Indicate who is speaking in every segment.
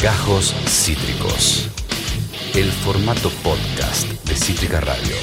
Speaker 1: Gajos Cítricos. El formato podcast de Cítrica Radio.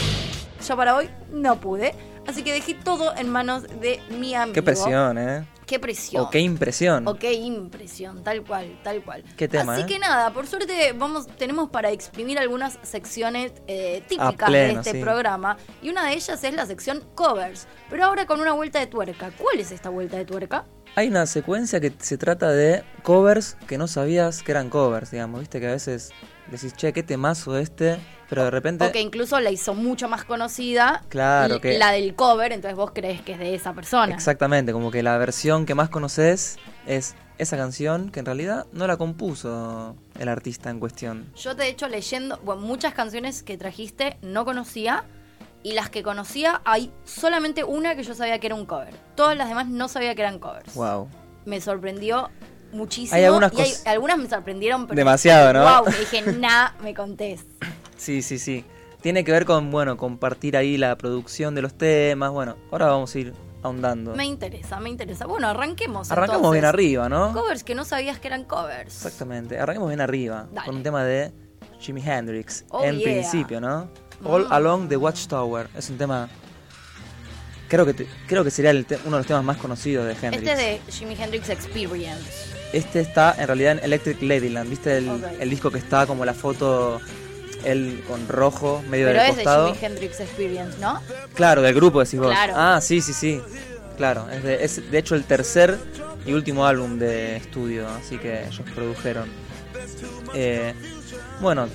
Speaker 2: Yo para hoy no pude, así que dejé todo en manos de mi amigo.
Speaker 3: Qué presión, ¿eh?
Speaker 2: Qué presión.
Speaker 3: O qué impresión.
Speaker 2: O qué impresión, tal cual, tal cual.
Speaker 3: Qué tema,
Speaker 2: Así
Speaker 3: ¿eh?
Speaker 2: que nada, por suerte vamos, tenemos para exprimir algunas secciones eh, típicas
Speaker 3: pleno,
Speaker 2: de este
Speaker 3: sí.
Speaker 2: programa. Y una de ellas es la sección covers. Pero ahora con una vuelta de tuerca. ¿Cuál es esta vuelta de tuerca?
Speaker 3: Hay una secuencia que se trata de covers que no sabías que eran covers, digamos. Viste que a veces decís, che, qué temazo este, pero de repente...
Speaker 2: O que incluso la hizo mucho más conocida.
Speaker 3: Claro
Speaker 2: l-
Speaker 3: que-
Speaker 2: La del cover, entonces vos crees que es de esa persona.
Speaker 3: Exactamente, como que la versión que más conoces es esa canción que en realidad no la compuso el artista en cuestión.
Speaker 2: Yo, de hecho, leyendo, bueno, muchas canciones que trajiste no conocía. Y las que conocía, hay solamente una que yo sabía que era un cover. Todas las demás no sabía que eran covers.
Speaker 3: Wow.
Speaker 2: Me sorprendió muchísimo.
Speaker 3: Hay algunas
Speaker 2: y hay-
Speaker 3: cos-
Speaker 2: algunas me sorprendieron. Pero
Speaker 3: Demasiado, ¿no?
Speaker 2: Wow, dije, nah, me contés.
Speaker 3: Sí, sí, sí. Tiene que ver con, bueno, compartir ahí la producción de los temas. Bueno, ahora vamos a ir ahondando.
Speaker 2: Me interesa, me interesa. Bueno, arranquemos.
Speaker 3: Arrancamos
Speaker 2: entonces.
Speaker 3: bien arriba, ¿no?
Speaker 2: Covers que no sabías que eran covers.
Speaker 3: Exactamente, arranquemos bien arriba
Speaker 2: Dale.
Speaker 3: con un tema de Jimi Hendrix
Speaker 2: Oh,
Speaker 3: en
Speaker 2: yeah. Mm.
Speaker 3: principio, ¿no? All Along the Watchtower es un tema creo que te- creo que sería el te- uno de los temas más conocidos de Hendrix.
Speaker 2: Este es de Jimi Hendrix Experience.
Speaker 3: Este está en realidad en Electric Ladyland, ¿viste el,
Speaker 2: Ok.
Speaker 3: el disco que está como la foto él con rojo medio
Speaker 2: Pero
Speaker 3: del
Speaker 2: es de
Speaker 3: costado?
Speaker 2: Jimi Hendrix Experience, ¿no?
Speaker 3: Claro, del grupo decís vos.
Speaker 2: Claro.
Speaker 3: Ah, sí, sí, sí. Claro, es de, es de hecho el tercer y último álbum de estudio, así que ellos produjeron. Eh, bueno,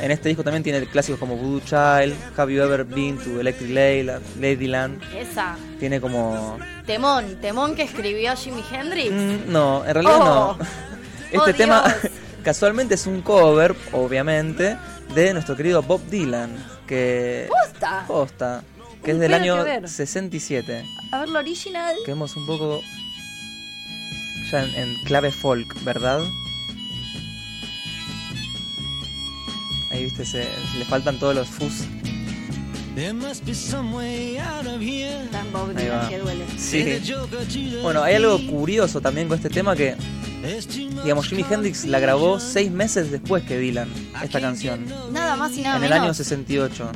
Speaker 3: en este disco también tiene clásicos como Voodoo Child, Have You Ever Been to Electric Lady- Ladyland,
Speaker 2: Esa.
Speaker 3: tiene como...
Speaker 2: Temón, temón que escribió Jimi Hendrix.
Speaker 3: Mm, no, en realidad
Speaker 2: Oh.
Speaker 3: no.
Speaker 2: Oh,
Speaker 3: Este
Speaker 2: Dios.
Speaker 3: tema casualmente es un cover, obviamente, de nuestro querido Bob Dylan, que...
Speaker 2: Posta.
Speaker 3: Posta, que
Speaker 2: Uh,
Speaker 3: es del
Speaker 2: tengo que
Speaker 3: año
Speaker 2: Uh. ver.
Speaker 3: 67.
Speaker 2: A ver, lo original.
Speaker 3: Quedemos un poco ya en, en clave folk, ¿verdad? Ahí viste, se, le faltan todos los fus.
Speaker 4: There must be some way out of here.
Speaker 2: Tan Bob
Speaker 3: Ahí
Speaker 2: Dylan
Speaker 3: va.
Speaker 2: que duele.
Speaker 4: Say the
Speaker 3: Sí.
Speaker 4: joker to the
Speaker 3: Bueno, hay algo curioso también con este tema que,
Speaker 4: There's too much
Speaker 3: digamos, Jimi Hendrix la grabó
Speaker 4: confusion.
Speaker 3: seis meses después que Dylan, esta canción,
Speaker 2: Nada más y nada
Speaker 3: en el
Speaker 2: menos.
Speaker 3: año 68.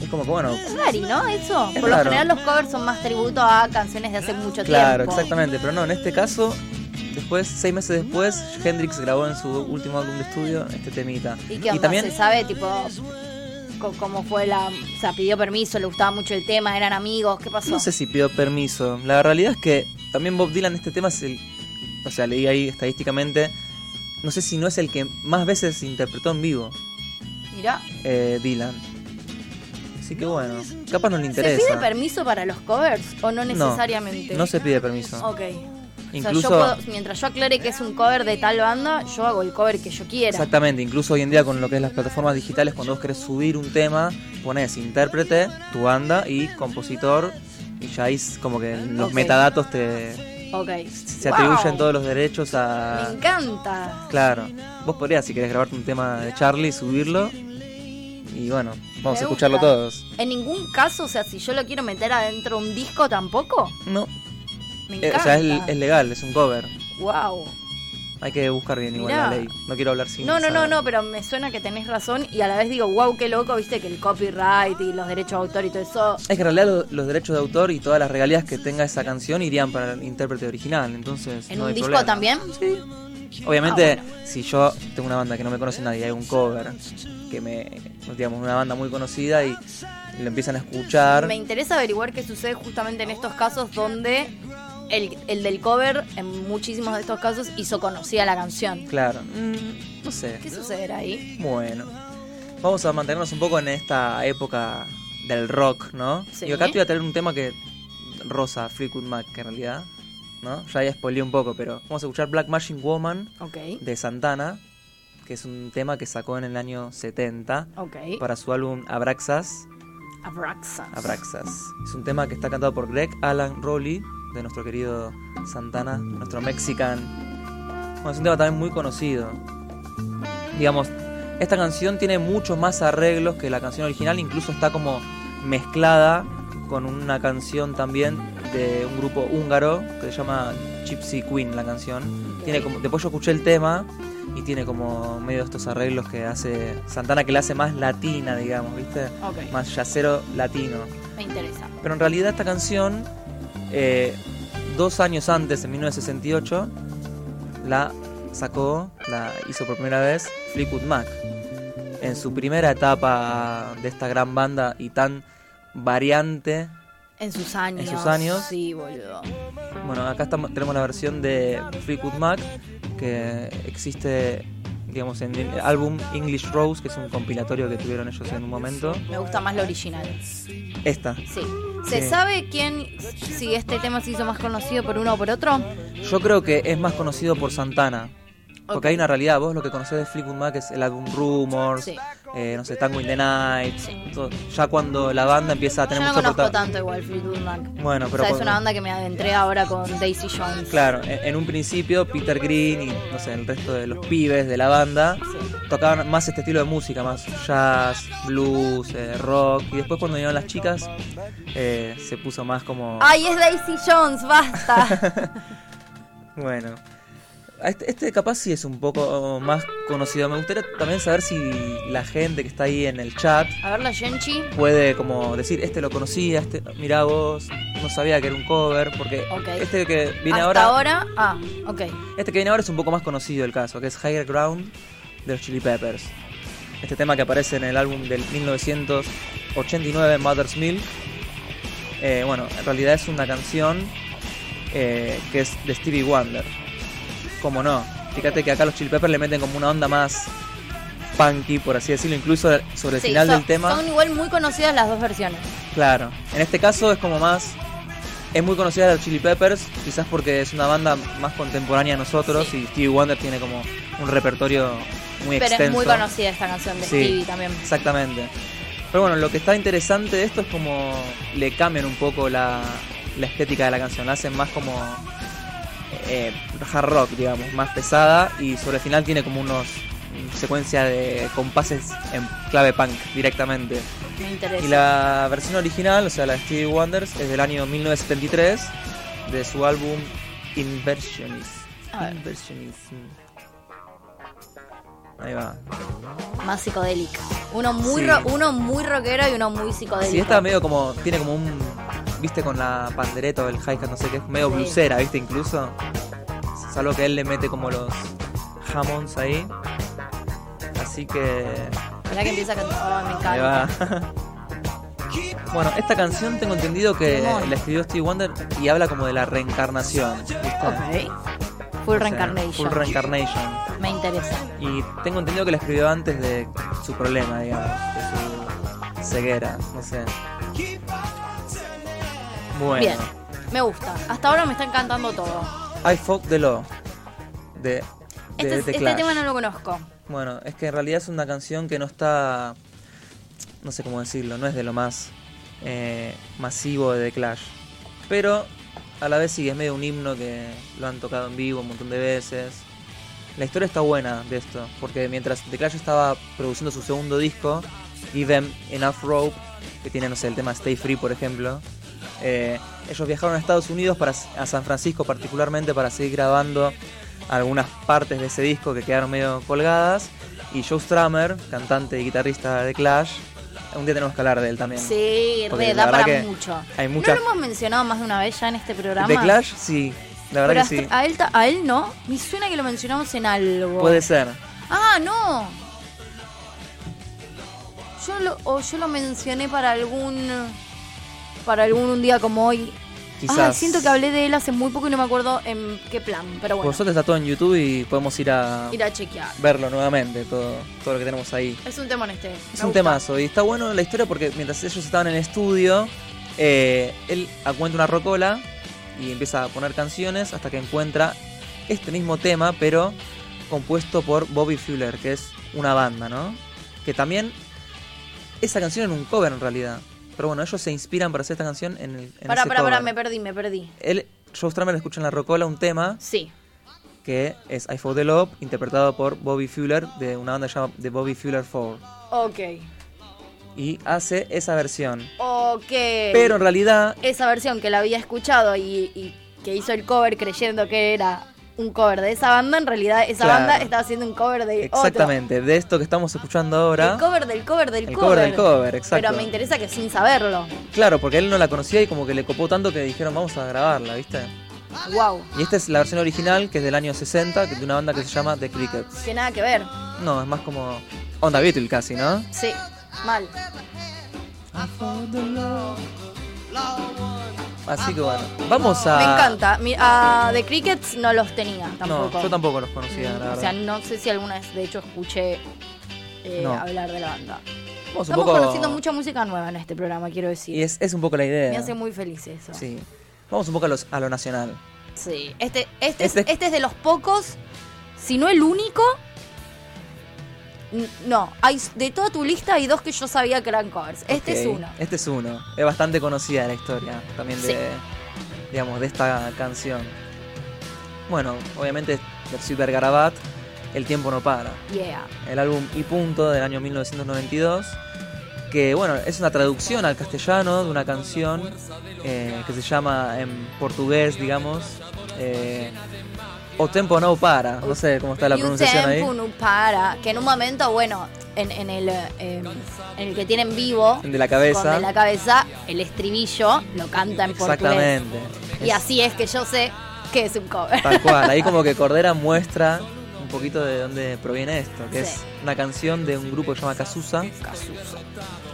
Speaker 3: Es como que, bueno,
Speaker 2: Es rari, ¿no? Eso.
Speaker 3: Es
Speaker 2: Por lo
Speaker 3: raro.
Speaker 2: general los covers son más tributo a canciones de hace mucho
Speaker 3: claro,
Speaker 2: tiempo.
Speaker 3: exactamente, pero no, en este caso, después, seis meses después, Hendrix grabó en su último álbum de estudio este temita.
Speaker 2: ¿Y qué onda? ¿Se sabe, tipo, co- cómo fue la... O sea, pidió permiso, le gustaba mucho el tema, eran amigos, ¿qué pasó?
Speaker 3: No sé si pidió permiso. La realidad es que también Bob Dylan este tema es el... O sea, leí ahí estadísticamente. No sé si no es el que más veces se interpretó en vivo,
Speaker 2: Mirá.
Speaker 3: eh, Dylan. Así que bueno, capaz no le
Speaker 2: ¿Se pide
Speaker 3: interesa.
Speaker 2: permiso para los covers o no necesariamente?
Speaker 3: No se pide permiso.
Speaker 2: Ok.
Speaker 3: Incluso-
Speaker 2: O sea, yo puedo- mientras yo aclare que es un cover de tal banda, yo hago el cover que yo quiera.
Speaker 3: Exactamente, incluso hoy en día con lo que es las plataformas digitales, cuando vos querés subir un tema, pones intérprete, tu banda y compositor, y ya ahí es como que los
Speaker 2: Ok.
Speaker 3: metadatos te,
Speaker 2: Ok.
Speaker 3: se
Speaker 2: Wow.
Speaker 3: atribuyen todos los derechos a...
Speaker 2: Me encanta.
Speaker 3: Claro. Vos podrías, si querés grabarte un tema de Charlie, subirlo. Y bueno,
Speaker 2: Me
Speaker 3: vamos a escucharlo
Speaker 2: gusta.
Speaker 3: todos.
Speaker 2: En ningún caso, o sea, si yo lo quiero meter adentro de un disco tampoco,
Speaker 3: No.
Speaker 2: me
Speaker 3: eh,
Speaker 2: encanta.
Speaker 3: o sea, es, es legal, es un cover.
Speaker 2: Wow.
Speaker 3: Hay que buscar bien igual
Speaker 2: Mirá.
Speaker 3: la ley. No quiero hablar sin
Speaker 2: No, no, no,
Speaker 3: saber.
Speaker 2: no, pero me suena que tenés razón y a la vez digo, wow, qué loco, viste, que el copyright y los derechos de autor y todo eso.
Speaker 3: Es que en realidad lo- los derechos de autor y todas las regalías que tenga esa canción irían para el intérprete original, entonces
Speaker 2: ¿En
Speaker 3: no
Speaker 2: un
Speaker 3: hay
Speaker 2: disco
Speaker 3: problema.
Speaker 2: también?
Speaker 3: Sí. Obviamente,
Speaker 2: Ah,
Speaker 3: si yo tengo una banda que no me conoce nadie, hay un cover que me, digamos, una banda muy conocida y lo empiezan a escuchar.
Speaker 2: Me interesa averiguar qué sucede justamente en estos casos donde el, el del cover, en muchísimos de estos casos, hizo conocida la canción.
Speaker 3: Claro, mm, no sé.
Speaker 2: ¿Qué sucederá ahí?
Speaker 3: Bueno, vamos a mantenernos un poco en esta época del rock, ¿no?
Speaker 2: Sí.
Speaker 3: Y acá te voy a traer un tema que rosa Fleetwood Mac, que en realidad, ¿no? Ya ya spoileé un poco, pero vamos a escuchar Black Magic Woman
Speaker 2: Ok,
Speaker 3: de Santana, que es un tema que sacó en el año 70
Speaker 2: ok.
Speaker 3: para su álbum Abraxas.
Speaker 2: Abraxas.
Speaker 3: Abraxas. Es un tema que está cantado por Greg Alan Rowley, de nuestro querido Santana, nuestro mexican. Bueno, es un tema también muy conocido. Digamos, esta canción tiene muchos más arreglos que la canción original, incluso está como mezclada con una canción también de un grupo húngaro que se llama Gypsy Queen, la canción. Tiene como, después yo escuché el tema y tiene como medio estos arreglos que hace Santana que la hace más latina, digamos, ¿viste?
Speaker 2: Ok,
Speaker 3: Más yacero latino.
Speaker 2: me interesa.
Speaker 3: Pero en realidad esta canción, eh, dos años antes, en 1968, la sacó, la hizo por primera vez Fleetwood Mac. En su primera etapa de esta gran banda y tan variante.
Speaker 2: En sus años.
Speaker 3: En sus años.
Speaker 2: Sí, boludo.
Speaker 3: Bueno, acá estamos, tenemos la versión de Fleetwood Mac que existe, digamos, en el álbum English Rose, que es un compilatorio que tuvieron ellos en un momento.
Speaker 2: Me gusta más lo original.
Speaker 3: Esta.
Speaker 2: Sí. ¿Se
Speaker 3: Sí.
Speaker 2: sabe quién, si este tema se hizo más conocido por uno o por otro?
Speaker 3: Yo creo que es más conocido por Santana. Porque hay una realidad, vos lo que conocés de Fleetwood Mac es el álbum Rumors,
Speaker 2: Sí.
Speaker 3: eh, no sé, Tango in the Night,
Speaker 2: Sí.
Speaker 3: todo. ya cuando la banda empieza a
Speaker 2: Yo
Speaker 3: tener
Speaker 2: no
Speaker 3: mucho
Speaker 2: conozco
Speaker 3: porta-
Speaker 2: tanto igual Fleetwood Mac.
Speaker 3: Bueno, pero
Speaker 2: o sea, es
Speaker 3: cuando-
Speaker 2: una banda que me adentré ahora con Daisy Jones.
Speaker 3: Claro, en, en un principio Peter Green y no sé, el resto de los pibes de la banda tocaban más este estilo de música, más jazz, blues, eh, rock, y después cuando llegaron las chicas eh, se puso más como...
Speaker 2: ¡Ay, es Daisy Jones! ¡Basta!
Speaker 3: Bueno. A Este, este capaz sí es un poco más conocido. Me gustaría también saber si la gente que está ahí en el chat
Speaker 2: A ver, la Genchi.
Speaker 3: puede como decir, este lo conocía, este mirá vos, no sabía que era un cover, porque
Speaker 2: Ok.
Speaker 3: este que viene
Speaker 2: Hasta
Speaker 3: ahora,
Speaker 2: ahora. Ah, ok.
Speaker 3: este que viene ahora es un poco más conocido el caso, que es Higher Ground de los Chili Peppers. Este tema que aparece en el álbum del 1989 Mother's Milk. Eh, bueno, en realidad es una canción eh, que es de Stevie Wonder. Como no. Fíjate que acá los Chili Peppers le meten como una onda más punky, por así decirlo, incluso sobre el
Speaker 2: Sí,
Speaker 3: final
Speaker 2: son,
Speaker 3: del tema.
Speaker 2: Son igual muy conocidas las dos versiones.
Speaker 3: Claro, en este caso es como más. Es muy conocida de los Chili Peppers, quizás porque es una banda más contemporánea a nosotros
Speaker 2: Sí.
Speaker 3: y Stevie Wonder tiene como un repertorio muy
Speaker 2: pero
Speaker 3: extenso.
Speaker 2: es muy conocida esta canción de
Speaker 3: Sí.
Speaker 2: Stevie también.
Speaker 3: Exactamente. Pero bueno, lo que está interesante de esto es como le cambian un poco la, la estética de la canción, la hacen más como eh, hard rock, digamos, más pesada y sobre el final tiene como unos una secuencia de compases en clave punk directamente.
Speaker 2: Me interesa.
Speaker 3: Y la versión original, o sea, la de Stevie Wonders, es del año 1973, de su álbum Inversionist.
Speaker 2: A ver.
Speaker 3: Inversionism. Ahí va.
Speaker 2: Más psicodélica. Uno muy,
Speaker 3: Sí.
Speaker 2: ro- uno muy rockero y uno muy psicodélico.
Speaker 3: Sí, esta medio como, tiene como un, viste, con la pandereta o el hi-hat, no sé qué, es medio
Speaker 2: Sí.
Speaker 3: blusera, viste, incluso. Salvo que él le mete como los jamons ahí. Así que
Speaker 2: Mirá que empieza a cantar. Oh, me
Speaker 3: Ahí
Speaker 2: encanta.
Speaker 3: va. Bueno, esta canción tengo entendido que
Speaker 2: Temón.
Speaker 3: la escribió Steve Wonder y habla como de la reencarnación. ¿viste?
Speaker 2: Ok. Full
Speaker 3: O sea,
Speaker 2: Reincarnation.
Speaker 3: Full Reincarnation.
Speaker 2: me interesa.
Speaker 3: Y tengo entendido que la escribió antes de su problema, digamos, de su ceguera, no sé. Bueno,
Speaker 2: Bien. Me gusta. Hasta ahora me está encantando todo.
Speaker 3: I Fuck the Law de, de
Speaker 2: Este, es-
Speaker 3: The
Speaker 2: este
Speaker 3: Clash.
Speaker 2: tema no lo conozco.
Speaker 3: Bueno, es que en realidad es una canción que no está. No sé cómo decirlo, no es de lo más eh, masivo de The Clash. Pero a la vez sí, es medio un himno que lo han tocado en vivo un montón de veces. La historia está buena de esto, porque mientras The Clash estaba produciendo su segundo disco, Give Them Enough Rope, que tiene, no sé, el tema Stay Free, por ejemplo, eh, ellos viajaron a Estados Unidos, para, a San Francisco particularmente, para seguir grabando algunas partes de ese disco que quedaron medio colgadas. Y Joe Strummer, cantante y guitarrista de Clash, un día tenemos que hablar de él también.
Speaker 2: Sí,
Speaker 3: Porque
Speaker 2: re,
Speaker 3: la
Speaker 2: da
Speaker 3: verdad
Speaker 2: para
Speaker 3: que
Speaker 2: mucho.
Speaker 3: hay
Speaker 2: No
Speaker 3: muchas-
Speaker 2: lo hemos mencionado más de una vez ya en este programa.
Speaker 3: ¿De Clash? Sí, la
Speaker 2: Pero
Speaker 3: verdad que
Speaker 2: hasta-
Speaker 3: sí.
Speaker 2: a, él, ta- a él no. Me suena que lo mencionamos en algo.
Speaker 3: Puede ser.
Speaker 2: Ah, no. Yo lo, o yo lo mencioné para algún. Para algún un día como hoy.
Speaker 3: Quizás.
Speaker 2: Ah, siento que hablé de él hace muy poco y no me acuerdo en qué plan. Pero
Speaker 3: Por
Speaker 2: bueno,
Speaker 3: suerte está todo en YouTube y podemos ir a
Speaker 2: ir a chequear.
Speaker 3: verlo nuevamente, todo, todo lo que tenemos ahí.
Speaker 2: Es un tema en este.
Speaker 3: Es un temazo y está bueno la historia porque mientras ellos estaban en el estudio, eh, él encuentra una rocola y empieza a poner canciones hasta que encuentra este mismo tema, pero compuesto por Bobby Fuller, que es una banda, ¿no? Que también esa canción en un cover en realidad. Pero bueno, ellos se inspiran para hacer esta canción en el en
Speaker 2: Para,
Speaker 3: ese
Speaker 2: para, para,
Speaker 3: cover.
Speaker 2: me perdí, me perdí.
Speaker 3: Él, Joe Strummer escucha en la rocola un tema
Speaker 2: Sí.
Speaker 3: que es I Fought the Love, interpretado por Bobby Fuller de una banda llamada The Bobby Fuller 4.
Speaker 2: Ok.
Speaker 3: Y hace esa versión.
Speaker 2: Eh, Ok.
Speaker 3: Pero en realidad,
Speaker 2: esa versión que la había escuchado y, y que hizo el cover creyendo que era un cover de esa banda, en realidad esa
Speaker 3: Claro.
Speaker 2: banda estaba haciendo un cover de otro.
Speaker 3: Exactamente, de esto que estamos escuchando ahora.
Speaker 2: El cover del cover del
Speaker 3: El
Speaker 2: cover.
Speaker 3: cover del cover, exacto.
Speaker 2: Pero me interesa que sin saberlo.
Speaker 3: Claro, porque él no la conocía y como que le copó tanto que dijeron vamos a grabarla, ¿viste?
Speaker 2: Wow.
Speaker 3: Y esta es la versión original, que es del año 60, que- de una banda que se llama The Crickets.
Speaker 2: Que nada que ver.
Speaker 3: No, es más como Onda Beatle casi, ¿no?
Speaker 2: Sí. Mal.
Speaker 3: Así que bueno, vamos a...
Speaker 2: Me encanta. Mi- A The Crickets no los tenía tampoco.
Speaker 3: Ah. No, yo tampoco los conocía, la
Speaker 2: Mm,
Speaker 3: verdad.
Speaker 2: O sea, no sé si alguna vez de hecho escuché eh,
Speaker 3: No.
Speaker 2: hablar de la banda.
Speaker 3: Vamos un
Speaker 2: Estamos
Speaker 3: poco-
Speaker 2: conociendo mucha música nueva en este programa, quiero decir.
Speaker 3: Y es, es un poco la idea.
Speaker 2: Me hace muy feliz eso.
Speaker 3: Sí. Vamos un poco a, los, a lo nacional.
Speaker 2: Sí. Este, este, es-
Speaker 3: Este-
Speaker 2: este es de los pocos, si no el único. N- No, hay, de toda tu lista hay dos que yo sabía que eran covers. Este es
Speaker 3: Ok,
Speaker 2: uno.
Speaker 3: Este es uno. Es bastante conocida la historia también de,
Speaker 2: Sí.
Speaker 3: digamos, de esta canción. Bueno, obviamente de Super Garabat, El tiempo no para.
Speaker 2: Yeah.
Speaker 3: El álbum Y Punto del año 1992, que bueno, es una traducción al castellano de una canción eh, que se llama en portugués, digamos, eh, O Tempo No Para. No sé cómo está la
Speaker 2: Y
Speaker 3: pronunciación
Speaker 2: un
Speaker 3: ahí.
Speaker 2: tempo no para. Que en un momento, bueno, en, en el, eh, em, en el que tienen vivo.
Speaker 3: El de la cabeza.
Speaker 2: Con de la cabeza, el estribillo lo canta en portugués.
Speaker 3: Exactamente.
Speaker 2: Y
Speaker 3: Es-
Speaker 2: así es que yo sé que es un cover.
Speaker 3: Tal cual, ahí como que Cordera muestra un poquito de dónde proviene esto, que
Speaker 2: Sí.
Speaker 3: es una canción de un grupo que se llama Cazuza.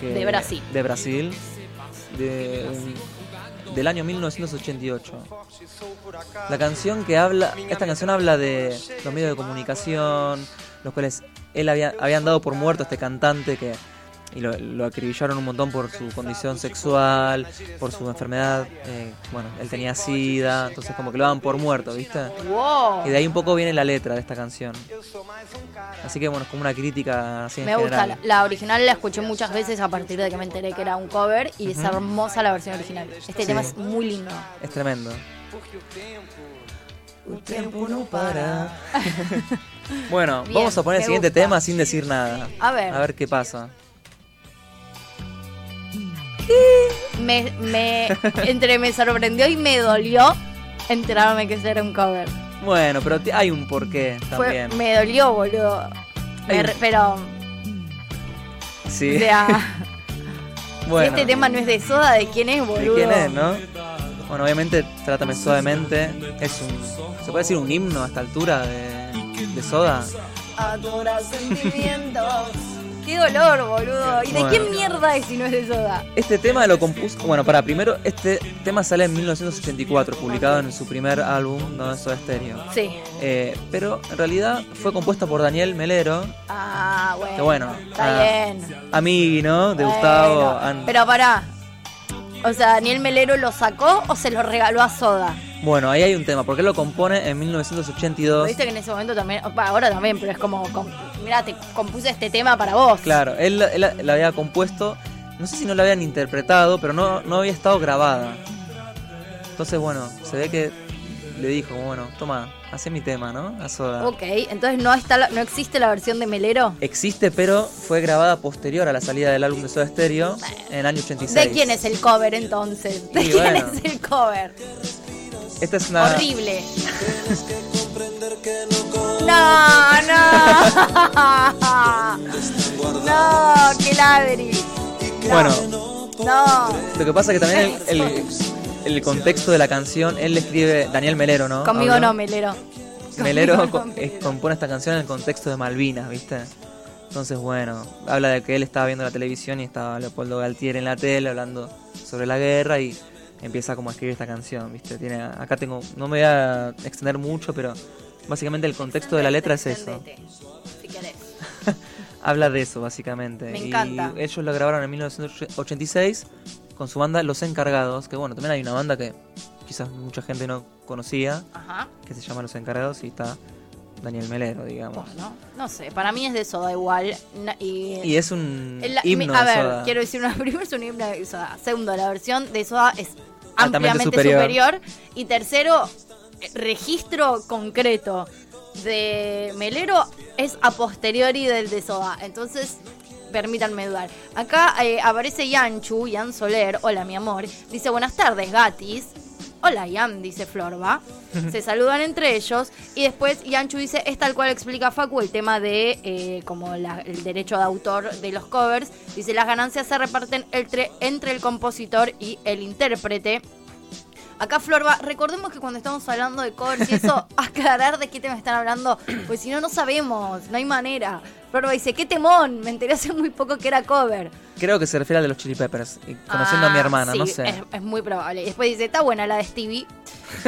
Speaker 3: que-
Speaker 2: De Brasil.
Speaker 3: De Brasil, de un- del año 1988. La canción que habla, esta canción habla de los medios de comunicación, los cuales él había, habían dado por muerto a este cantante que y lo, lo acribillaron un montón por su condición sexual, por su enfermedad, eh, bueno, él tenía sida, entonces como que lo daban por muerto, ¿viste?
Speaker 2: Wow.
Speaker 3: Y de ahí un poco viene la letra de esta canción. Así que bueno, es como una crítica así en
Speaker 2: Me gusta.
Speaker 3: general.
Speaker 2: La, la original la escuché muchas veces a partir de que me enteré que era un cover y es hermosa la versión original. Este tema es muy lindo.
Speaker 3: Es tremendo. bueno,
Speaker 2: Bien,
Speaker 3: vamos a poner el
Speaker 2: me
Speaker 3: siguiente
Speaker 2: gusta.
Speaker 3: tema sin decir nada.
Speaker 2: A ver.
Speaker 3: A ver qué pasa.
Speaker 2: Me, me- entre me sorprendió y me dolió enterarme que ese era un cover.
Speaker 3: Bueno, pero ti- hay un porqué
Speaker 2: Fue,
Speaker 3: también.
Speaker 2: me dolió, boludo. Me
Speaker 3: Ay.
Speaker 2: re- pero,
Speaker 3: Sí.
Speaker 2: o sea, si
Speaker 3: bueno.
Speaker 2: este tema no es de Soda, ¿de quién es,
Speaker 3: ¿De
Speaker 2: boludo?
Speaker 3: quién es, no? Bueno, obviamente, Trátame Suavemente es un... ¿Se puede decir un himno a esta altura de, de Soda?
Speaker 2: Adora sentimientos. Qué dolor, boludo. ¿Y
Speaker 3: Bueno.
Speaker 2: de qué mierda es si no es de Soda?
Speaker 3: Este tema lo compuso. Bueno, para primero, este tema sale en 1984, publicado en su primer álbum, No es Soda Stereo.
Speaker 2: Sí.
Speaker 3: Eh, pero en realidad fue compuesta por Daniel Melero,
Speaker 2: Ah, bueno.
Speaker 3: Que bueno,
Speaker 2: Está
Speaker 3: ah,
Speaker 2: bien.
Speaker 3: amiguino de
Speaker 2: Bueno,
Speaker 3: Gustavo. An-
Speaker 2: Pero pará. O sea, Daniel Melero lo sacó o se lo regaló a Soda.
Speaker 3: Bueno, ahí hay un tema, porque él lo compone en 1982.
Speaker 2: Viste que en ese momento también, va, ahora también, pero es como, com- mirá, te compuse este tema para vos.
Speaker 3: Claro, él, él la había compuesto, no sé si no la habían interpretado, pero no, no había estado grabada. Entonces, bueno, se ve que le dijo, bueno, toma, hace mi tema, ¿no? A Soda.
Speaker 2: Ok, entonces no está, la- no existe la versión de Melero.
Speaker 3: Existe, pero fue grabada posterior a la salida del álbum de Soda Stereo en el año 86.
Speaker 2: ¿De quién es el cover entonces? ¿De
Speaker 3: Y
Speaker 2: quién
Speaker 3: bueno.
Speaker 2: es el cover?
Speaker 3: Esta es una.
Speaker 2: Horrible. No, no. No, qué ladri.
Speaker 3: Bueno,
Speaker 2: No.
Speaker 3: lo que pasa es que también el, el- el contexto de la canción, él le escribe Daniel Melero, ¿no?
Speaker 2: Conmigo
Speaker 3: Habló.
Speaker 2: no, Melero.
Speaker 3: Melero
Speaker 2: Conmigo
Speaker 3: co-
Speaker 2: no.
Speaker 3: eh, compone esta canción en el contexto de Malvinas, ¿viste? Entonces, bueno, habla de que él estaba viendo la televisión y estaba Leopoldo Galtier en la tele hablando sobre la guerra y empieza como a escribir esta canción, ¿viste? Tiene, acá tengo, no me voy a extender mucho, pero básicamente el contexto de la letra es eso.
Speaker 2: Extendete, si querés.
Speaker 3: Habla de eso, básicamente.
Speaker 2: Me
Speaker 3: Y
Speaker 2: encanta.
Speaker 3: ellos lo grabaron en 1986 con su banda Los Encargados, que bueno, también hay una banda que quizás mucha gente no conocía,
Speaker 2: Ajá.
Speaker 3: que se llama Los Encargados y está Daniel Melero, digamos.
Speaker 2: Bueno, no sé, para mí es de soda igual. na- Y,
Speaker 3: Y es un
Speaker 2: el- la-
Speaker 3: himno
Speaker 2: mi- a
Speaker 3: de
Speaker 2: ver,
Speaker 3: Soda.
Speaker 2: quiero decir una primero es un himno de soda. Segundo, la versión de soda es
Speaker 3: Altamente
Speaker 2: ampliamente superior.
Speaker 3: superior.
Speaker 2: Y tercero, eh, registro concreto de Melero es a posteriori del de soda. Entonces. Permítanme dudar. Acá eh, aparece Yanchu, Yan Soler, hola mi amor. Dice, buenas tardes, gatis. Hola, Ian, dice Flor, ¿va? Se saludan entre ellos y después Yanchu dice, es tal cual explica Facu el tema de eh, como la- el derecho de autor de los covers. Dice, las ganancias se reparten entre, entre el compositor y el intérprete. Acá Florba, recordemos que cuando estamos hablando de covers y eso, aclarar de qué tema están hablando, pues si no, no sabemos, no hay manera. Florba dice, qué temón, me enteré hace muy poco que era cover.
Speaker 3: Creo que se refiere al de los Chili Peppers, y conociendo a mi
Speaker 2: Ah,
Speaker 3: hermana,
Speaker 2: sí,
Speaker 3: no sé.
Speaker 2: Es, es muy probable. Y después dice, está buena la de Stevie.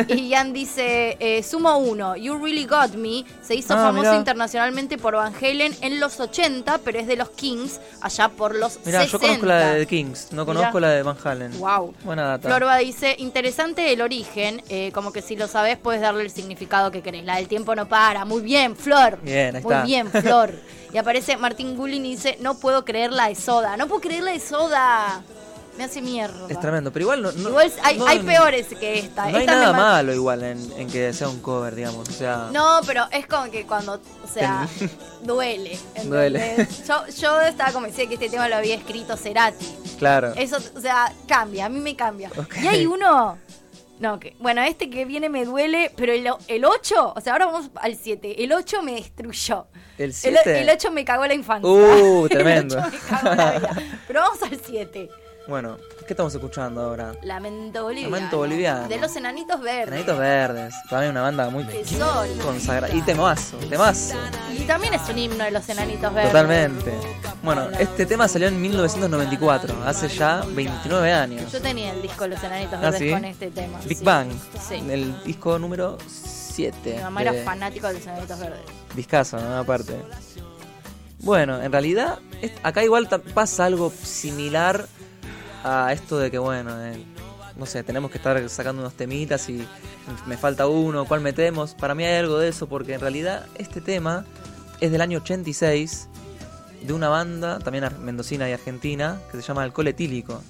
Speaker 2: y Ian dice, eh, sumo uno, You Really Got Me. Se hizo
Speaker 3: Ah,
Speaker 2: famoso
Speaker 3: mirá.
Speaker 2: internacionalmente por Van Halen en los 80, pero es de los Kings, allá por los
Speaker 3: Mira,
Speaker 2: 60.
Speaker 3: yo conozco la de The Kings, no conozco
Speaker 2: Mirá.
Speaker 3: la de Van Halen.
Speaker 2: Wow.
Speaker 3: Buena data.
Speaker 2: Florba dice, interesante el origen, eh, como que si lo sabes puedes darle el significado que querés. La del tiempo no para. Muy bien, Flor.
Speaker 3: Bien, ahí
Speaker 2: Muy
Speaker 3: está.
Speaker 2: bien, Flor. Y aparece Martín Gullin y dice, no puedo creer la de Soda. No puedo creer la de Soda. Me hace mierda.
Speaker 3: es tremendo, pero igual no. no-
Speaker 2: Igual hay,
Speaker 3: no-
Speaker 2: hay peores que esta.
Speaker 3: No hay
Speaker 2: Esta me
Speaker 3: nada
Speaker 2: mata.
Speaker 3: malo igual en, en que sea un cover, digamos. O sea,
Speaker 2: No, pero es como que cuando, o sea, duele. ¿entendés?
Speaker 3: Duele.
Speaker 2: Yo, yo estaba convencida que este tema lo había escrito Cerati.
Speaker 3: claro.
Speaker 2: Eso, o sea, cambia, a mí me cambia.
Speaker 3: Ok.
Speaker 2: Y hay uno. No, que, bueno, este que viene me duele, pero el, el 8, o sea, ahora vamos al 7. El 8 me destruyó.
Speaker 3: El
Speaker 2: El,
Speaker 3: 7.
Speaker 2: el 8 me cagó la infancia.
Speaker 3: Uh,
Speaker 2: El
Speaker 3: tremendo.
Speaker 2: 8 me cagó la vida. Pero vamos al 7.
Speaker 3: Bueno, ¿qué estamos escuchando ahora?
Speaker 2: Lamento boliviano.
Speaker 3: Lamento boliviano.
Speaker 2: De los enanitos verdes.
Speaker 3: Granitos Verdes. Para mí una banda muy
Speaker 2: Que son.
Speaker 3: consagrada. Y temazo, temazo.
Speaker 2: Y también es un himno de los enanitos verdes.
Speaker 3: Totalmente. Bueno, este tema salió en 1994, hace ya 29 años.
Speaker 2: Yo tenía el disco de los enanitos
Speaker 3: Ah,
Speaker 2: verdes
Speaker 3: ¿sí?
Speaker 2: con este tema.
Speaker 3: Big
Speaker 2: sí.
Speaker 3: Bang,
Speaker 2: Sí.
Speaker 3: el disco número 7.
Speaker 2: Mi mamá era fanática de los enanitos verdes.
Speaker 3: Discaso, ¿no? Aparte. Bueno, en realidad, es- acá igual ta- pasa algo similar a esto de que, bueno, eh, no sé, tenemos que estar sacando unos temitas y me falta uno, ¿cuál metemos? Para mí hay algo de eso, porque en realidad este tema es del año 86 de una banda, también ar- mendocina y argentina, que se llama Alcohol Etílico.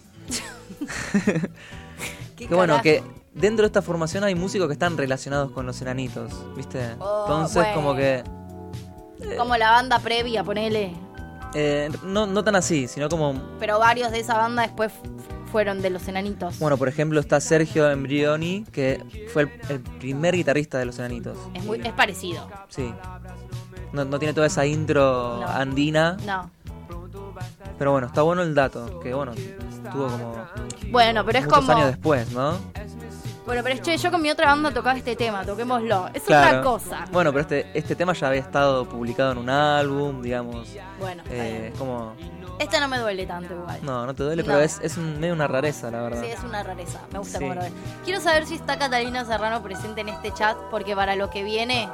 Speaker 2: Qué
Speaker 3: Que bueno,
Speaker 2: carajo.
Speaker 3: que dentro de esta formación hay músicos que están relacionados con los enanitos, ¿viste?
Speaker 2: Oh,
Speaker 3: Entonces, como
Speaker 2: bueno.
Speaker 3: que...
Speaker 2: Como la banda previa, ponele.
Speaker 3: Eh, no, no tan así, sino como.
Speaker 2: Pero varios de esa banda después f- fueron de los enanitos.
Speaker 3: Bueno, por ejemplo, está Sergio Embrioni, que fue el, el primer guitarrista de los Enanitos.
Speaker 2: Es, muy, es parecido.
Speaker 3: Sí. No, no tiene toda esa intro
Speaker 2: No.
Speaker 3: andina.
Speaker 2: No.
Speaker 3: Pero bueno, está bueno el dato, que bueno, estuvo como.
Speaker 2: Bueno, pero es
Speaker 3: muchos
Speaker 2: como.
Speaker 3: años después, ¿no?
Speaker 2: Bueno, pero es, che, yo con mi otra banda tocaba este tema, toquémoslo. Es otra cosa.
Speaker 3: Bueno, pero este, este tema ya había estado publicado en un álbum, digamos.
Speaker 2: Bueno, está
Speaker 3: Eh,
Speaker 2: bien.
Speaker 3: es como.
Speaker 2: esta no me duele tanto igual.
Speaker 3: No, no te duele,
Speaker 2: No.
Speaker 3: pero es, es un- medio una rareza, la verdad.
Speaker 2: Sí, es una rareza. Me gusta
Speaker 3: Sí.
Speaker 2: cómo lo ven. Quiero saber si está Catalina Serrano presente en este chat, porque para lo que viene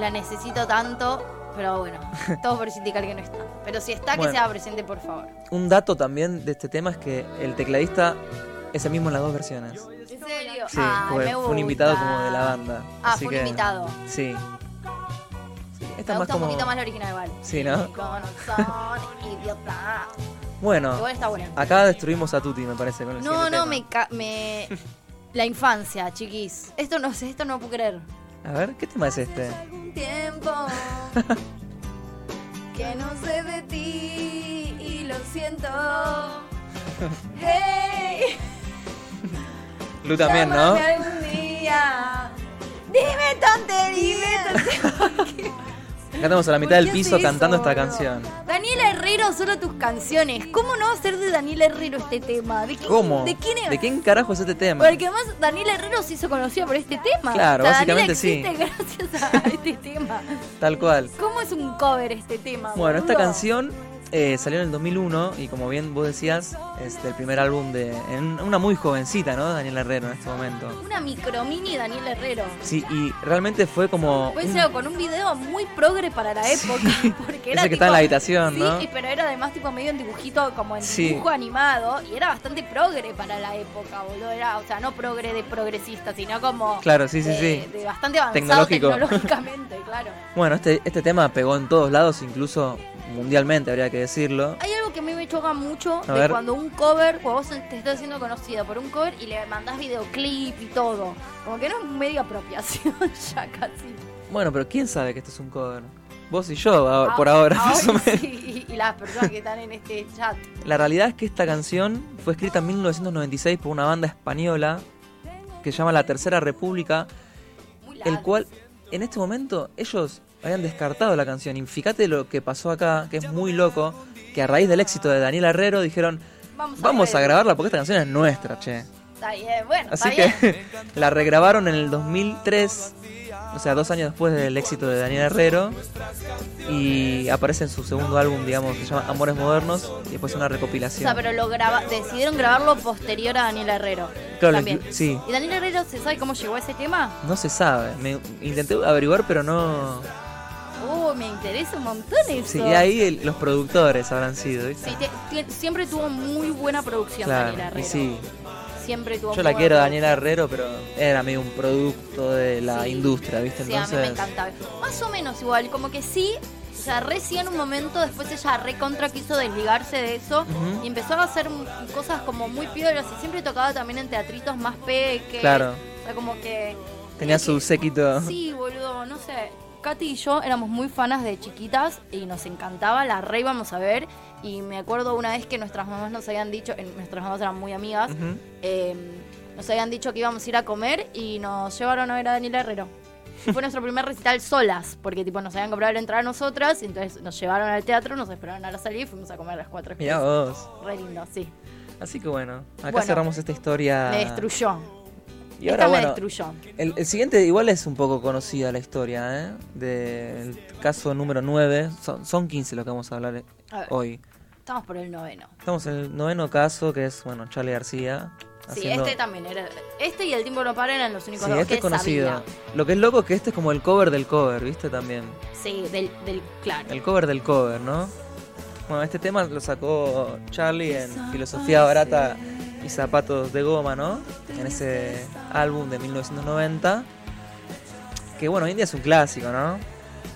Speaker 2: la necesito tanto. Pero bueno, todo por indicar que no está. Pero si está,
Speaker 3: Bueno.
Speaker 2: que sea presente, por favor.
Speaker 3: Un dato también de este tema es que el tecladista es el mismo en las dos versiones.
Speaker 2: ¿En serio?
Speaker 3: Sí,
Speaker 2: Ay,
Speaker 3: porque
Speaker 2: me
Speaker 3: fue un
Speaker 2: gusta.
Speaker 3: invitado como de la banda.
Speaker 2: Ah,
Speaker 3: así
Speaker 2: fue un
Speaker 3: que-
Speaker 2: invitado.
Speaker 3: Sí. Sí, Esta
Speaker 2: me
Speaker 3: es más
Speaker 2: gusta
Speaker 3: como.
Speaker 2: un poquito más la original igual.
Speaker 3: Sí, ¿no? Ah.
Speaker 2: Con son idiota.
Speaker 3: Bueno,
Speaker 2: Igual está bueno.
Speaker 3: acá destruimos a Tuti, me parece. Con el
Speaker 2: No,
Speaker 3: Ah, siguiente
Speaker 2: no,
Speaker 3: tema.
Speaker 2: me, ca- me... La infancia, chiquis. Esto no sé, esto no puedo creer.
Speaker 3: A ver, ¿qué tema es este?
Speaker 2: algún tiempo que no sé de ti y lo siento. Hey,
Speaker 3: Lu también, ¿no?
Speaker 2: llámame algún día. Dime tonterías.
Speaker 3: Acá estamos a la mitad del piso cantando esta canción.
Speaker 2: Daniel Herrero, solo tus canciones. ¿Cómo no va a ser de Daniel Herrero este tema? ¿De quién,
Speaker 3: ¿Cómo?
Speaker 2: ¿De quién es?
Speaker 3: ¿De quién carajo es este tema?
Speaker 2: Porque además Daniel Herrero se hizo conocido por este tema.
Speaker 3: Claro, básicamente
Speaker 2: Daniela existe gracias a este tema.
Speaker 3: Tal cual.
Speaker 2: ¿Cómo es un cover este tema?
Speaker 3: Bueno, esta
Speaker 2: boludo?
Speaker 3: canción eh, salió en el 2001 y como bien vos decías, es del primer álbum de... En una muy jovencita, ¿no? Daniel Herrero en este momento.
Speaker 2: Una micro mini Daniel Herrero.
Speaker 3: Sí, y realmente fue como...
Speaker 2: Fue
Speaker 3: un-
Speaker 2: algo con un video muy progre para la época. Porque era
Speaker 3: Ese
Speaker 2: tipo-
Speaker 3: que está en la habitación,
Speaker 2: sí,
Speaker 3: ¿no?
Speaker 2: y- pero era además tipo medio en dibujito, como en
Speaker 3: Sí.
Speaker 2: dibujo animado. Y era bastante progre para la época, boludo. Era, o sea, no progre de progresista, sino como.
Speaker 3: Claro, sí, sí,
Speaker 2: de-
Speaker 3: sí.
Speaker 2: de bastante avanzado
Speaker 3: Tecnológico.
Speaker 2: tecnológicamente, claro.
Speaker 3: Bueno, este, este tema pegó en todos lados, incluso mundialmente habría que decirlo.
Speaker 2: Hay algo que a mí me choca mucho
Speaker 3: A
Speaker 2: de
Speaker 3: ver.
Speaker 2: cuando un cover, cuando vos te estás siendo conocido por un cover y le mandás videoclip y todo. Como que no es medio apropiación ya casi.
Speaker 3: Bueno, pero ¿quién sabe que esto es un cover? Vos y yo, a-
Speaker 2: Ah,
Speaker 3: por ahora. más o menos.
Speaker 2: sí, y las personas que están en este chat.
Speaker 3: La realidad es que esta canción fue escrita en 1996 por una banda española que se llama La Tercera República,
Speaker 2: Muy
Speaker 3: el
Speaker 2: largo.
Speaker 3: cual en este momento ellos habían descartado la canción. Y fíjate lo que pasó acá, que es muy loco, que a raíz del éxito de Daniel Herrero dijeron,
Speaker 2: Vamos a
Speaker 3: vamos a
Speaker 2: grabar".
Speaker 3: grabarla porque esta canción es nuestra, che.
Speaker 2: Está bien, bueno,
Speaker 3: Así
Speaker 2: está bien.
Speaker 3: que la regrabaron en el 2003, o sea, dos años después del éxito de Daniel Herrero. Y aparece en su segundo álbum, digamos, que se llama Amores Modernos. Y después una
Speaker 2: O sea,
Speaker 3: recopilación.
Speaker 2: pero lo graba, decidieron grabarlo posterior a Daniel Herrero.
Speaker 3: Claro,
Speaker 2: también.
Speaker 3: les- sí.
Speaker 2: ¿Y Daniel Herrero se sabe cómo llegó a ese tema?
Speaker 3: No se sabe. Me intenté averiguar, pero no.
Speaker 2: Uh, me interesa un montón eso.
Speaker 3: Sí, y ahí el- los productores habrán sido, ¿viste?
Speaker 2: Sí, te- ti- siempre tuvo muy buena producción
Speaker 3: Claro,
Speaker 2: Daniel Herrero.
Speaker 3: y sí.
Speaker 2: Siempre tuvo
Speaker 3: Yo la
Speaker 2: muy
Speaker 3: quiero,
Speaker 2: buena
Speaker 3: Daniela Herrero, pero era medio un producto de la
Speaker 2: Sí.
Speaker 3: industria, ¿viste?
Speaker 2: Sí, a mí me
Speaker 3: Entonces.
Speaker 2: encantaba. Más o menos igual, como que sí, o sea, recién un momento después ella recontra quiso desligarse de eso
Speaker 3: Ujú.
Speaker 2: y empezó a hacer m- cosas como muy piolas y siempre tocaba también en teatritos más pequeños.
Speaker 3: Claro.
Speaker 2: O sea, como que...
Speaker 3: tenía su séquito.
Speaker 2: Sí, boludo, no sé. Katy y yo éramos muy fanas de chiquitas y nos encantaba, la re íbamos a ver. Y me acuerdo una vez que nuestras mamás nos habían dicho, eh, nuestras mamás eran muy amigas,
Speaker 3: Ujú.
Speaker 2: eh, nos habían dicho que íbamos a ir a comer y nos llevaron a ver a Daniela Herrero. Y Fue nuestro primer recital solas, porque tipo nos habían comprado la entrada a nosotras, y entonces nos llevaron al teatro, nos esperaron a la salida y fuimos a comer a las cuatro.
Speaker 3: Mirá vos.
Speaker 2: Re lindo, sí.
Speaker 3: Así que bueno, acá
Speaker 2: Bueno.
Speaker 3: cerramos esta historia.
Speaker 2: Me destruyó.
Speaker 3: Ah. Y ahora
Speaker 2: Esta me
Speaker 3: bueno,
Speaker 2: destruyó.
Speaker 3: el, el siguiente igual es un poco conocida la historia, ¿eh? Del caso número 9. Son, son 15 los que vamos a hablar eh,
Speaker 2: A ver.
Speaker 3: hoy.
Speaker 2: Estamos por el noveno.
Speaker 3: Estamos en el noveno caso, que es, bueno, Charlie García.
Speaker 2: Sí,
Speaker 3: haciendo-
Speaker 2: este también era. Este y el tiempo no para eran los únicos
Speaker 3: Sí,
Speaker 2: dos
Speaker 3: este
Speaker 2: que
Speaker 3: es conocido.
Speaker 2: sabía.
Speaker 3: Lo que es loco es que este es como el cover del cover, ¿viste? También.
Speaker 2: Sí, del, del claro.
Speaker 3: El cover del cover, ¿no? Bueno, este tema lo sacó Charlie en Filosofía Barata y Zapatos de Goma, ¿no? En ese álbum de 1990. Que bueno, hoy en día es un clásico, ¿no?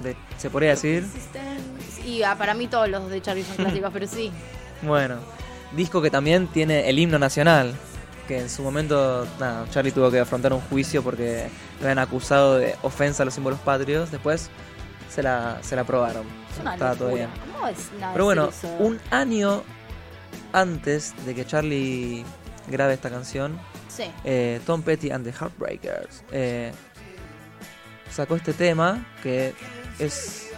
Speaker 3: De- se podría decir.
Speaker 2: Y ah, para mí todos los de Charlie son clásicos, pero sí.
Speaker 3: Bueno, disco que también tiene el himno nacional. Que en su momento, nada, Charlie tuvo que afrontar un juicio porque lo habían acusado de ofensa a los símbolos patrios. Después se la, se la aprobaron.
Speaker 2: Es una
Speaker 3: Estaba todo
Speaker 2: locura.
Speaker 3: bien.
Speaker 2: ¿Cómo es nada
Speaker 3: Pero bueno,
Speaker 2: decir eso?
Speaker 3: un año antes de que Charlie grabe esta canción,
Speaker 2: Sí.
Speaker 3: eh, Tom Petty and the Heartbreakers eh, sacó este tema que es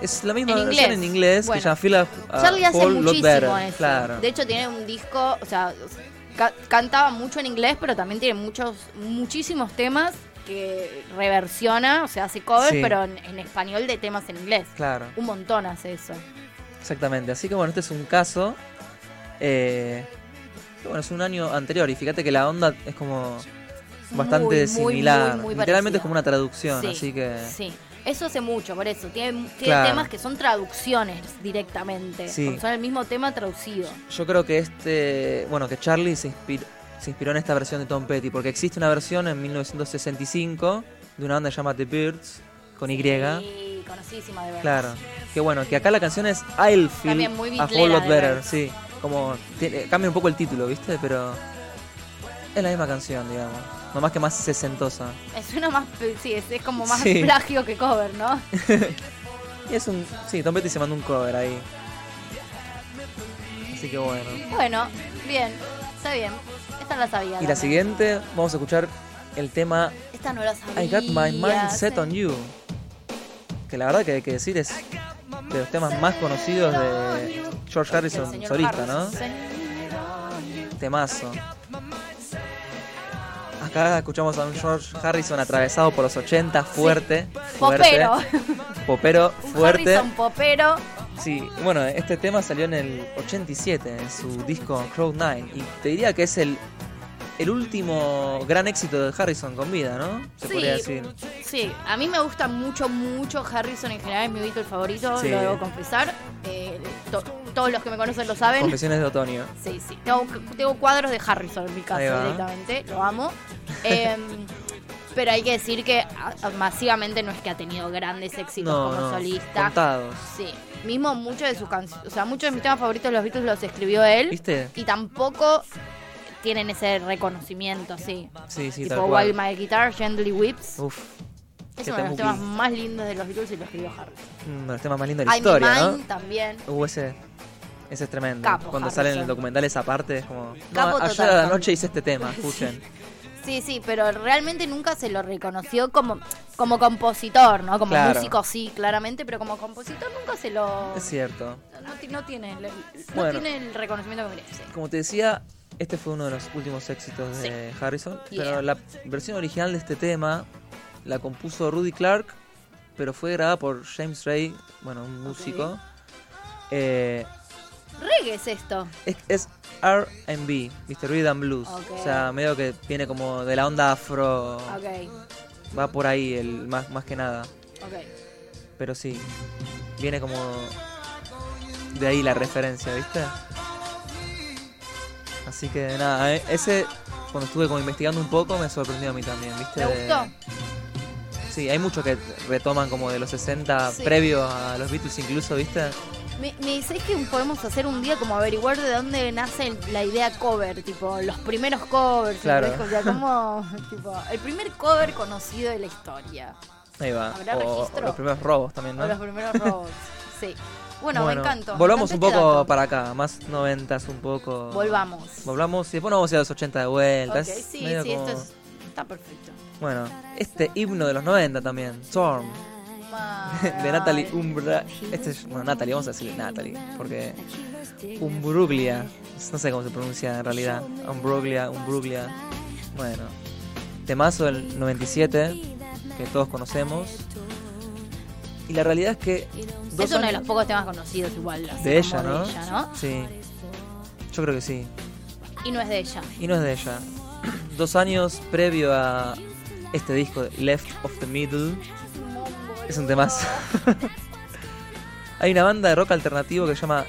Speaker 3: es la misma
Speaker 2: En
Speaker 3: versión
Speaker 2: inglés.
Speaker 3: en inglés
Speaker 2: Bueno.
Speaker 3: que se llama Fila
Speaker 2: Charlie hace
Speaker 3: Lot
Speaker 2: muchísimo
Speaker 3: Better.
Speaker 2: eso.
Speaker 3: ah, Claro.
Speaker 2: De hecho, tiene un disco, o sea, ca- cantaba mucho en inglés, pero también tiene muchos, muchísimos temas que reversiona, o sea, hace covers,
Speaker 3: Sí.
Speaker 2: pero en, en español de temas en inglés.
Speaker 3: Claro,
Speaker 2: Un montón hace eso.
Speaker 3: exactamente. Así que bueno, este es un caso. eh, que, bueno, es un año anterior y fíjate que la onda es como bastante
Speaker 2: Muy, muy,
Speaker 3: similar.
Speaker 2: muy, muy
Speaker 3: Literalmente
Speaker 2: parecida.
Speaker 3: es como una traducción,
Speaker 2: Sí,
Speaker 3: así que...
Speaker 2: Sí, eso hace mucho, por eso. Tiene, tiene
Speaker 3: Claro.
Speaker 2: temas que son traducciones directamente.
Speaker 3: Sí.
Speaker 2: porque Son el mismo tema traducido.
Speaker 3: Yo creo que este, bueno, que Charlie se inspiró, se inspiró en esta versión de Tom Petty, porque existe una versión en 1965 de una banda llamada The Birds, con Y,
Speaker 2: Sí, conocidísima de verdad.
Speaker 3: claro. Que bueno, que acá la canción es I'll Feel
Speaker 2: También muy
Speaker 3: a
Speaker 2: Beatlera
Speaker 3: Whole Lot
Speaker 2: de
Speaker 3: Better,
Speaker 2: Birds.
Speaker 3: sí. Como, tiene- cambia un poco el título, ¿viste? Pero es la misma canción, digamos. Nomás que más sesentosa.
Speaker 2: Es una más, sí, es, es como más
Speaker 3: Sí.
Speaker 2: plagio que cover, ¿no?
Speaker 3: Y es un, sí, Tom Petty se mandó un cover ahí. Así que bueno.
Speaker 2: Bueno, bien, está bien. Esta la sabía.
Speaker 3: Y la
Speaker 2: también.
Speaker 3: siguiente, vamos a escuchar el tema
Speaker 2: Esta no la sabía.
Speaker 3: I got my mind set
Speaker 2: sí.
Speaker 3: on you. Que la verdad que hay que decir es de los temas más conocidos de George
Speaker 2: Del
Speaker 3: Harrison
Speaker 2: señor
Speaker 3: solista, ¿no?
Speaker 2: Harrison, sí.
Speaker 3: Temazo. Acá escuchamos a un George Harrison atravesado por los 80, fuerte, fuerte.
Speaker 2: Popero.
Speaker 3: Popero,
Speaker 2: Un
Speaker 3: fuerte.
Speaker 2: Harrison popero.
Speaker 3: Sí, y bueno, este tema salió en el 87, en su disco Crowd Nine. Y te diría que es el, el último gran éxito de Harrison con vida, ¿no? Se
Speaker 2: Sí.
Speaker 3: podría decir.
Speaker 2: Sí, a mí me gusta mucho, mucho Harrison en general, es mi Beatle favorito,
Speaker 3: Sí.
Speaker 2: lo debo confesar. Eh, to- todos los que me conocen lo saben.
Speaker 3: Confesiones de otoño.
Speaker 2: Sí, sí. Tengo, tengo cuadros de Harrison en mi casa
Speaker 3: Ahí va.
Speaker 2: directamente, lo amo. Em, pero hay que decir que a- a- masivamente no es que ha tenido grandes éxitos como solista.
Speaker 3: Contados.
Speaker 2: Sí. Mismo muchos de sus canciones, o sea, muchos de mis temas favoritos de los Beatles los escribió él.
Speaker 3: ¿Viste?
Speaker 2: Y tampoco tienen ese reconocimiento, sí.
Speaker 3: Sí, sí,
Speaker 2: tipo
Speaker 3: tal cual.
Speaker 2: Wild My Guitar, Gently Whips.
Speaker 3: Uf,
Speaker 2: es
Speaker 3: qué
Speaker 2: uno de los
Speaker 3: tema
Speaker 2: temas más lindos de los Beatles y lo escribió Harrison.
Speaker 3: uno de los temas mm, más lindos de la
Speaker 2: I'm
Speaker 3: historia,
Speaker 2: Mine
Speaker 3: ¿no?
Speaker 2: también.
Speaker 3: Uh, ese, ese es tremendo.
Speaker 2: Capo,
Speaker 3: Cuando
Speaker 2: Harrison.
Speaker 3: salen documentales aparte es como... no,
Speaker 2: Capo
Speaker 3: ayer
Speaker 2: total,
Speaker 3: a la
Speaker 2: Harry.
Speaker 3: noche hice este tema, escuchen.
Speaker 2: Sí, sí, pero realmente nunca se lo reconoció como, como compositor, ¿no? Como
Speaker 3: Claro.
Speaker 2: músico sí, claramente, pero como compositor nunca se lo...
Speaker 3: Es cierto.
Speaker 2: No, ti- no tiene, el- no
Speaker 3: Bueno.
Speaker 2: tiene el reconocimiento que merece.
Speaker 3: Como te decía, este fue uno de los últimos éxitos de Harrison.
Speaker 2: Yeah.
Speaker 3: Pero la versión original de este tema la compuso Rudy Clark, pero fue grabada por James Ray, bueno, un músico. Eh,
Speaker 2: Reggae es esto.
Speaker 3: es es RB, Mr. Rhythm and Blues.
Speaker 2: Ok.
Speaker 3: O sea, medio que viene como de la onda afro.
Speaker 2: Ok,
Speaker 3: Va por ahí, el, más, más que nada.
Speaker 2: ok.
Speaker 3: Pero sí, viene como de ahí la referencia, ¿viste? Así que nada, eh, ese cuando estuve como investigando un poco me sorprendió a mí también, ¿viste?
Speaker 2: ¿Te
Speaker 3: De-
Speaker 2: gustó?
Speaker 3: Sí, hay muchos que retoman como de los 60
Speaker 2: Sí.
Speaker 3: previos a los Beatles incluso, ¿viste?
Speaker 2: Me, me decís que podemos hacer un día como averiguar de dónde nace el- la idea cover, tipo los primeros covers,
Speaker 3: Claro.
Speaker 2: ¿entendés? o sea, como tipo, el primer cover conocido de la historia,
Speaker 3: Ahí va.
Speaker 2: ¿Habrá
Speaker 3: O- O,
Speaker 2: registro?
Speaker 3: los primeros robos también, ¿no?
Speaker 2: o los primeros robots. sí. Bueno,
Speaker 3: Bueno,
Speaker 2: me encanta.
Speaker 3: Volvamos un
Speaker 2: me encanta
Speaker 3: poco
Speaker 2: este dato.
Speaker 3: para acá, más noventas un poco.
Speaker 2: Volvamos.
Speaker 3: Volvamos y después nos vamos a ir a los 80 de vuelta.
Speaker 2: Ok,
Speaker 3: es
Speaker 2: sí, sí,
Speaker 3: medio
Speaker 2: esto
Speaker 3: como-
Speaker 2: es- está perfecto.
Speaker 3: Bueno, este himno de los 90 también, Storm. de Natalie Umbra. Este es, bueno, Natalie, vamos a decirle Natalie, porque Umbruglia, no sé cómo se pronuncia en realidad. Umbruglia, Umbruglia. Bueno, temazo del 97, que todos conocemos. Y la realidad es que. dos
Speaker 2: Es uno de los
Speaker 3: años-
Speaker 2: pocos temas conocidos igual. así
Speaker 3: de ella,
Speaker 2: como
Speaker 3: ¿no?
Speaker 2: de ella, ¿no?
Speaker 3: Sí. Yo creo que sí.
Speaker 2: Y no es de ella.
Speaker 3: Y no es de ella. Dos años previo a este disco, Left of the Middle. Es un temazo. Hay una banda de rock alternativo que se llama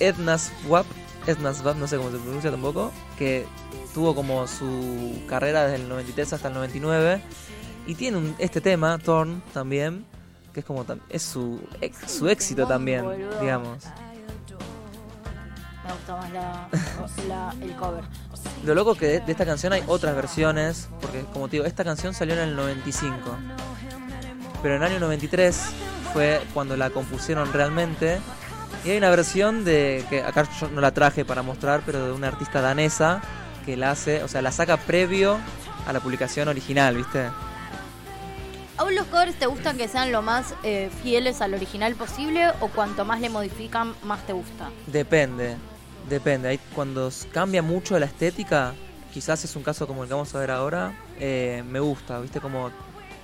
Speaker 3: Edna's Wap. Edna's Wap, no sé cómo se pronuncia tampoco. Que tuvo como su carrera desde el 93 hasta el 99. Y tiene un- este tema, Torn, también. Que es como. tam- Es su, ex- su éxito también,
Speaker 2: Boludo.
Speaker 3: digamos.
Speaker 2: Me gustó más la- la- el cover.
Speaker 3: Lo loco que de, de esta canción hay otras versiones, porque como te digo, esta canción salió en el 95. Pero en el año 93 fue cuando la compusieron realmente. Y hay una versión de, que acá yo no la traje para mostrar, pero de una artista danesa que la hace, o sea, la saca previo a la publicación original, ¿viste?
Speaker 2: ¿Aún los covers te gustan que sean lo más eh, fieles al original posible o cuanto más le modifican, más te gusta?
Speaker 3: Depende, depende. Ahí cuando s- cambia mucho la estética, quizás es un caso como el que vamos a ver ahora, eh, me gusta, ¿viste? Como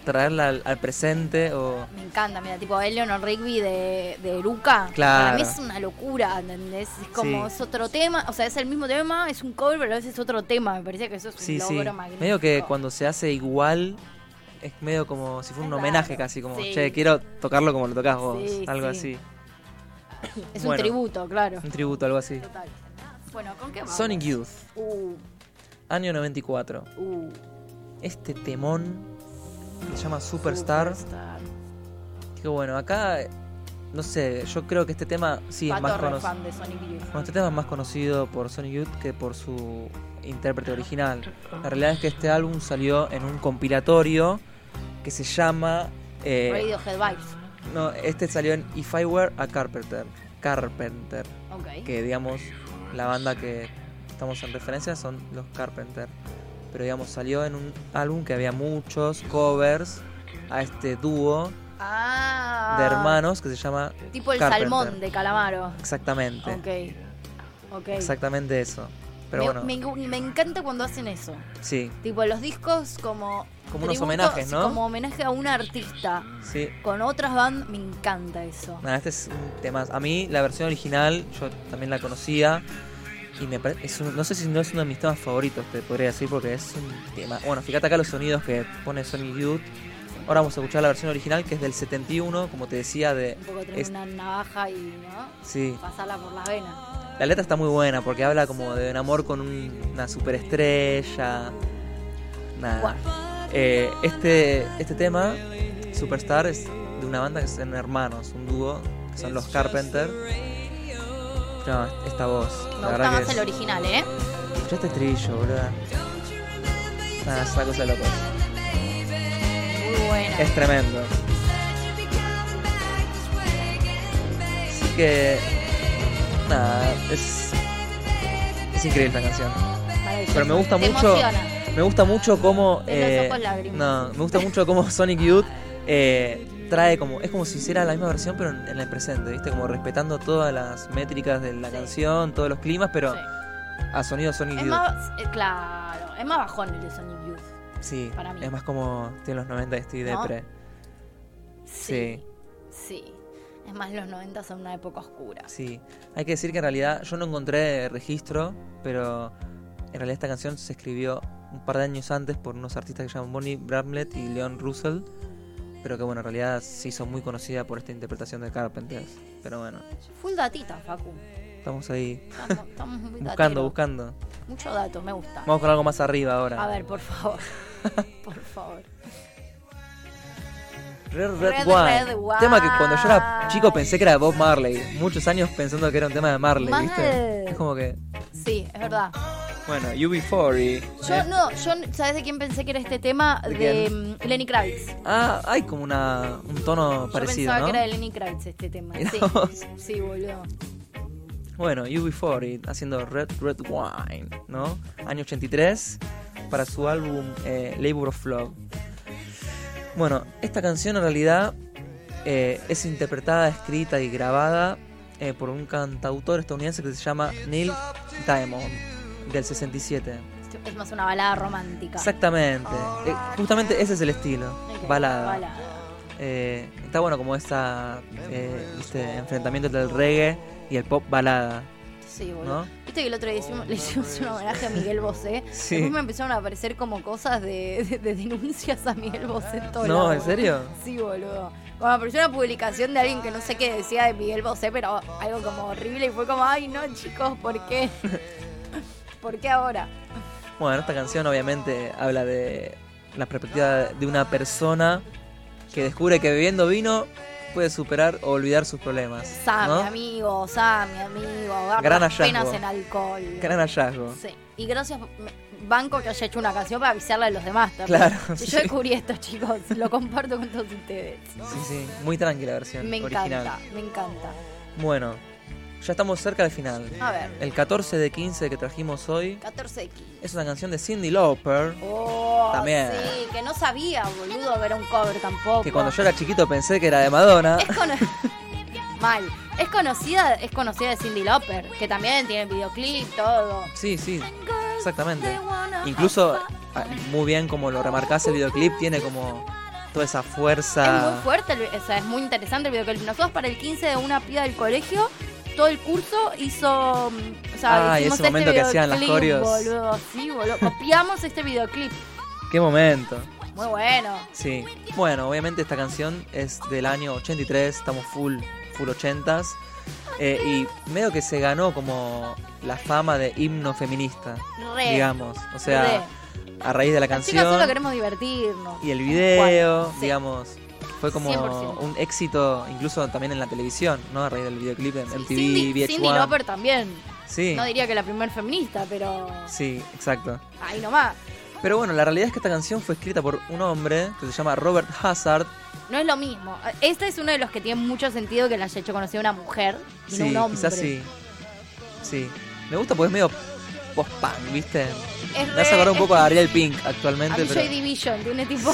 Speaker 3: traerla al, al presente o...
Speaker 2: Me encanta, mira, tipo Eleanor Rigby de, de Eruca.
Speaker 3: Claro.
Speaker 2: Para mí es una locura, ¿entendés? Es como,
Speaker 3: Sí.
Speaker 2: es otro tema, o sea, es el mismo tema, es un cover, pero a veces es otro tema. Me parece que eso es un
Speaker 3: Sí, sí.
Speaker 2: logro magnífico.
Speaker 3: Medio que cuando se hace igual, es medio como si fuera un
Speaker 2: Es
Speaker 3: homenaje
Speaker 2: raro,
Speaker 3: casi, como,
Speaker 2: sí.
Speaker 3: che, quiero tocarlo como lo tocas vos,
Speaker 2: Sí,
Speaker 3: algo
Speaker 2: sí.
Speaker 3: así.
Speaker 2: Es un
Speaker 3: bueno.
Speaker 2: tributo, claro.
Speaker 3: Un tributo, algo así.
Speaker 2: Total. Bueno, ¿con qué vamos?
Speaker 3: Sonic Youth,
Speaker 2: Uh,
Speaker 3: año 94.
Speaker 2: uh,
Speaker 3: Este temón que se llama Superstar. Que bueno, acá, eh, no sé, yo creo que este tema sí es
Speaker 2: Pato
Speaker 3: más
Speaker 2: re
Speaker 3: conocido.
Speaker 2: fan de Sonic Youth.
Speaker 3: Bueno, este tema es más conocido por Sonic Youth que por su intérprete original. La realidad es que este álbum salió en un compilatorio que se llama eh,
Speaker 2: Radiohead Vibes.
Speaker 3: No, este salió en If I Were a Carpenter. Carpenter.
Speaker 2: Ok.
Speaker 3: Que digamos, la banda que estamos en referencia son los Carpenter. Pero digamos, salió en un álbum que había muchos covers a este dúo
Speaker 2: Ah.
Speaker 3: de hermanos que se llama.
Speaker 2: Tipo el
Speaker 3: Carpenter.
Speaker 2: salmón de Calamaro.
Speaker 3: Exactamente.
Speaker 2: Ok. Ok.
Speaker 3: Exactamente eso. Pero
Speaker 2: me,
Speaker 3: bueno,
Speaker 2: me- me encanta cuando hacen eso.
Speaker 3: sí,
Speaker 2: Tipo los discos como.
Speaker 3: Como unos homenajes,
Speaker 2: sí,
Speaker 3: ¿no?
Speaker 2: Como homenaje a un artista.
Speaker 3: sí.
Speaker 2: Con otras bandas. Me encanta eso.
Speaker 3: Nada, este es un tema. A mí, la versión original, yo también la conocía. Y me parece. es un- No sé si no es uno de mis temas favoritos, te podría decir, porque es un tema. Bueno, fíjate acá los sonidos que pone Sonic Youth. Ahora vamos a escuchar la versión original, que es del 71, como te decía, de.
Speaker 2: Un poco tener
Speaker 3: es-
Speaker 2: una navaja y ¿no?
Speaker 3: sí,
Speaker 2: pasarla por las venas.
Speaker 3: la letra está muy buena porque habla como de un amor con un- una superestrella. Nada. Eh, este, este tema, Superstar, es de una banda que son hermanos, un dúo, que son los Carpenter. No, esta voz.
Speaker 2: Me
Speaker 3: la
Speaker 2: gusta
Speaker 3: verdad
Speaker 2: más
Speaker 3: que es-
Speaker 2: el original, ¿eh?
Speaker 3: Escuchá este estribillo, boludo. Nada, es una cosa loca.
Speaker 2: Muy buena.
Speaker 3: Es tremendo. Así que. Nada, es. Es increíble esta canción.
Speaker 2: maravilloso.
Speaker 3: Pero me gusta
Speaker 2: Te
Speaker 3: mucho.
Speaker 2: emociona.
Speaker 3: Me gusta mucho cómo.
Speaker 2: De los
Speaker 3: eh,
Speaker 2: ojos lágrimas.
Speaker 3: No, me gusta mucho cómo Sonic Youth eh, trae como. Es como si hiciera la misma versión, pero en, en el presente, ¿viste? Como respetando todas las métricas de la
Speaker 2: Sí.
Speaker 3: canción, todos los climas, pero
Speaker 2: Sí.
Speaker 3: a sonido Sonic
Speaker 2: Es
Speaker 3: Youth.
Speaker 2: más, eh, claro, es más bajón el de Sonic Youth.
Speaker 3: sí,
Speaker 2: para mí.
Speaker 3: es más como. Tiene los 90 y estoy
Speaker 2: ¿No?
Speaker 3: depre. Sí.
Speaker 2: Sí. Es más, los 90 son una época oscura.
Speaker 3: Sí, hay que decir que en realidad yo no encontré registro, pero en realidad esta canción se escribió un par de años antes por unos artistas que se llaman Bonnie Bramlett y Leon Russell, pero que bueno, en realidad se hizo muy conocida por esta interpretación de Carpenters. Pero bueno,
Speaker 2: Full datita, Facu.
Speaker 3: estamos ahí
Speaker 2: Estamos, estamos muy
Speaker 3: buscando,
Speaker 2: dateros.
Speaker 3: buscando.
Speaker 2: Mucho dato, me gusta.
Speaker 3: Vamos con algo más arriba ahora.
Speaker 2: A ver, por favor. por favor.
Speaker 3: Red Red,
Speaker 2: Red,
Speaker 3: Wine,
Speaker 2: Red Wine.
Speaker 3: tema que cuando yo era chico pensé que era de Bob Marley, muchos años pensando que era un tema de Marley,
Speaker 2: Mal.
Speaker 3: ¿viste? Es como que,
Speaker 2: Sí, es verdad.
Speaker 3: bueno, UB40.
Speaker 2: Yo no, yo, ¿sabes de quién pensé que era este tema?
Speaker 3: Eh. ¿De
Speaker 2: De, mm, Lenny Kravitz.
Speaker 3: Ah, hay como una, un tono
Speaker 2: yo
Speaker 3: parecido,
Speaker 2: pensaba
Speaker 3: ¿no?
Speaker 2: que era de Lenny Kravitz este tema.
Speaker 3: Mirá
Speaker 2: Sí,
Speaker 3: vos.
Speaker 2: sí, boludo.
Speaker 3: Bueno, UB40 haciendo Red Red Wine, ¿no? Año 83 para su álbum eh, Labor of Love. Bueno, esta canción en realidad eh, es interpretada, escrita y grabada eh, por un cantautor estadounidense que se llama Neil Diamond, del 67.
Speaker 2: Es más una balada romántica.
Speaker 3: Exactamente. Eh, justamente ese es el estilo,
Speaker 2: Ok,
Speaker 3: balada.
Speaker 2: balada.
Speaker 3: Eh, está bueno como esta, eh, este enfrentamiento entre el reggae y el pop balada,
Speaker 2: Sí, boludo.
Speaker 3: ¿no?
Speaker 2: Viste que el otro día hicimos- le hicimos un homenaje a Miguel Bosé.
Speaker 3: Sí.
Speaker 2: Después me empezaron a aparecer como cosas de, de- de denuncias a Miguel Bosé en todo
Speaker 3: No,
Speaker 2: lado,
Speaker 3: ¿en
Speaker 2: boludo.
Speaker 3: serio?
Speaker 2: Sí, boludo. Bueno, apareció una publicación de alguien que no sé qué decía de Miguel Bosé, pero algo como horrible y fue como, ay no, chicos, ¿por qué? ¿Por qué ahora?
Speaker 3: Bueno, esta canción obviamente habla de la perspectiva de una persona que descubre que bebiendo vino puede superar o olvidar sus problemas.
Speaker 2: Sam,
Speaker 3: ¿no?
Speaker 2: mi amigo, Sam, mi amigo, agarra
Speaker 3: Gran
Speaker 2: las penas
Speaker 3: hallazgo.
Speaker 2: en alcohol.
Speaker 3: Gran hallazgo.
Speaker 2: Sí. Y gracias, me- Banco, que haya hecho una canción para avisarle a los demás también.
Speaker 3: Claro,
Speaker 2: Si
Speaker 3: sí.
Speaker 2: Yo descubrí esto, chicos. Lo comparto con todos ustedes.
Speaker 3: Sí, sí, muy tranquila versión
Speaker 2: Me
Speaker 3: original.
Speaker 2: encanta, me encanta.
Speaker 3: Bueno, ya estamos cerca del final.
Speaker 2: A ver,
Speaker 3: El 14 de 15 que trajimos hoy
Speaker 2: 14 de 15.
Speaker 3: es una canción de Cindy Lauper.
Speaker 2: Oh,
Speaker 3: También.
Speaker 2: sí, que no sabía, boludo, que era un cover tampoco.
Speaker 3: Que cuando yo era chiquito pensé que era de Madonna.
Speaker 2: Es cono- Mal. Es conocida, es conocida de Cindy Lauper, que también tiene videoclip, todo.
Speaker 3: Sí, sí, exactamente. Incluso, ah, muy bien como lo remarcase el videoclip, tiene como toda esa fuerza.
Speaker 2: Es muy fuerte, el vi- o sea, es muy interesante el videoclip. Nosotros para el 15 de una piba del colegio, todo el curso hizo... mm, O sea,
Speaker 3: Ah, y
Speaker 2: hicimos
Speaker 3: ese momento que hacían las
Speaker 2: videoclip,
Speaker 3: coreos.
Speaker 2: Boludo, sí, boludo. Copiamos este videoclip.
Speaker 3: Qué momento.
Speaker 2: Muy bueno.
Speaker 3: Sí. Bueno, obviamente esta canción es del año 83, estamos full, full 80s. eh, y medio que se ganó como la fama de himno feminista,
Speaker 2: Re.
Speaker 3: digamos. O
Speaker 2: Re.
Speaker 3: sea, a raíz de la
Speaker 2: Las chicas solo
Speaker 3: canción
Speaker 2: queremos divertirnos.
Speaker 3: y el video,
Speaker 2: Bueno, sí.
Speaker 3: digamos, fue como
Speaker 2: 100%.
Speaker 3: un éxito incluso también en la televisión, ¿no? A raíz del videoclip en
Speaker 2: Sí,
Speaker 3: MTV,
Speaker 2: Cindy,
Speaker 3: VH1.
Speaker 2: Cindy Lauper también.
Speaker 3: Sí,
Speaker 2: No diría que la primer feminista, pero
Speaker 3: sí, exacto.
Speaker 2: ahí nomás.
Speaker 3: Pero bueno, la realidad es que esta canción fue escrita por un hombre que se llama Robert Hazard,
Speaker 2: No es lo mismo. Este es uno de los que tiene mucho sentido que la haya hecho conocer una mujer y
Speaker 3: Sí,
Speaker 2: no un hombre.
Speaker 3: quizás sí. Sí. Me gusta porque es medio post-punk, ¿viste?
Speaker 2: Es
Speaker 3: Me
Speaker 2: re-
Speaker 3: hace acordar un poco
Speaker 2: es-
Speaker 3: a Ariel Pink
Speaker 2: a
Speaker 3: actualmente,
Speaker 2: mí Joy
Speaker 3: pero
Speaker 2: Division, tiene tipo...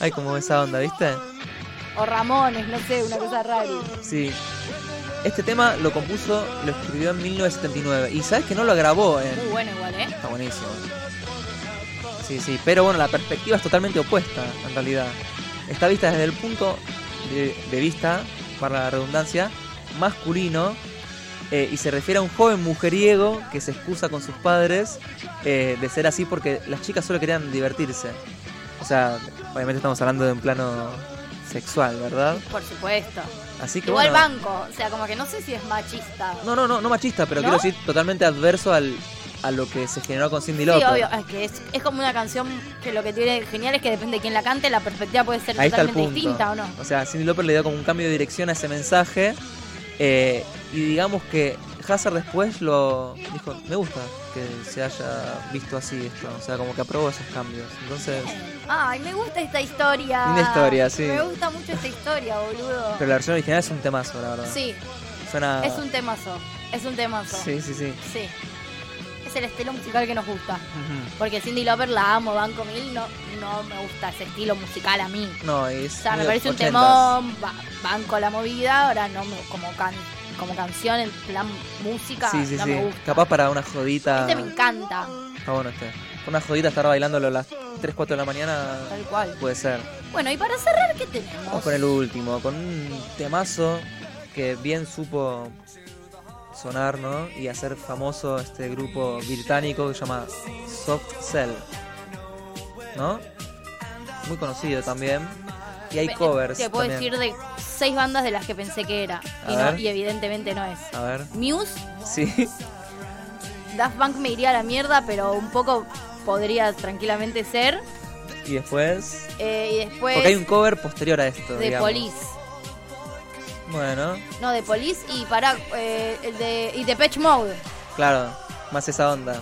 Speaker 3: hay como esa onda, ¿viste?
Speaker 2: O Ramones, no sé, una cosa rara.
Speaker 3: Sí. Este tema lo compuso, lo escribió en 1979. Y sabes que no lo grabó
Speaker 2: Muy
Speaker 3: en.
Speaker 2: bueno igual, ¿eh?
Speaker 3: Está buenísimo. Sí, sí. Pero bueno, la perspectiva es totalmente opuesta, en realidad. Está vista desde el punto de, de vista, para la redundancia, masculino eh, y se refiere a un joven mujeriego que se excusa con sus padres eh, de ser así porque las chicas solo querían divertirse. O sea, obviamente estamos hablando de un plano sexual, ¿verdad?
Speaker 2: Por supuesto.
Speaker 3: Así que
Speaker 2: Igual
Speaker 3: bueno,
Speaker 2: banco, o sea, como que no sé si es machista.
Speaker 3: no, no, no, no machista, pero
Speaker 2: ¿No?
Speaker 3: quiero decir totalmente adverso al, a lo que se generó con Cindy
Speaker 2: Sí,
Speaker 3: Lauper.
Speaker 2: obvio, es que es, es como una canción que lo que tiene genial es que depende de quién la cante, la perspectiva puede ser
Speaker 3: Ahí está el
Speaker 2: totalmente
Speaker 3: punto.
Speaker 2: distinta o no.
Speaker 3: O sea, Cindy Lauper le dio como un cambio de dirección a ese mensaje. eh, y digamos que Hazard después lo dijo, me gusta que se haya visto así esto. O sea, como que aprobó esos cambios. Entonces,
Speaker 2: Ay, me gusta esta historia.
Speaker 3: Linda historia, sí.
Speaker 2: Me gusta mucho esta historia, boludo.
Speaker 3: pero Ah. la versión original es un temazo, la verdad.
Speaker 2: Sí,
Speaker 3: Suena...
Speaker 2: es un temazo. Es un temazo.
Speaker 3: Sí, sí, sí.
Speaker 2: Sí. Es es el estilo musical que nos gusta.
Speaker 3: Ujú.
Speaker 2: Porque Cindy Lauper la amo, Banco Mil, no, no me gusta ese estilo musical a mí.
Speaker 3: No, es.
Speaker 2: O sea, me
Speaker 3: muy
Speaker 2: parece un
Speaker 3: 80s.
Speaker 2: temón, ba- banco la movida, ahora no me- como, can- como canción, en plan música,
Speaker 3: Sí, sí,
Speaker 2: no
Speaker 3: sí.
Speaker 2: me gusta.
Speaker 3: Capaz para una jodita.
Speaker 2: Este me encanta,
Speaker 3: Está bueno este. Para una jodita estar bailándolo a las 3, 4 de la mañana.
Speaker 2: tal cual.
Speaker 3: Puede ser.
Speaker 2: Bueno, y para cerrar, ¿qué tenemos?
Speaker 3: Vamos con el último, con un temazo que bien supo sonar, ¿no? Y hacer famoso este grupo británico que se llama Soft Cell, ¿no? Muy conocido también. Y hay
Speaker 2: Pe-
Speaker 3: covers.
Speaker 2: Te puedo
Speaker 3: también.
Speaker 2: decir de seis bandas de las que pensé que era, y,
Speaker 3: A
Speaker 2: no-
Speaker 3: ver.
Speaker 2: y evidentemente no es.
Speaker 3: A ver,
Speaker 2: Muse,
Speaker 3: sí.
Speaker 2: Daft Punk me iría a la mierda, pero un poco podría tranquilamente ser.
Speaker 3: Y después.
Speaker 2: Eh, y después
Speaker 3: Porque hay un cover posterior a esto.
Speaker 2: de
Speaker 3: digamos.
Speaker 2: Police.
Speaker 3: Bueno,
Speaker 2: No, de Police y para eh, el de y de Patch Mode.
Speaker 3: claro, más esa onda.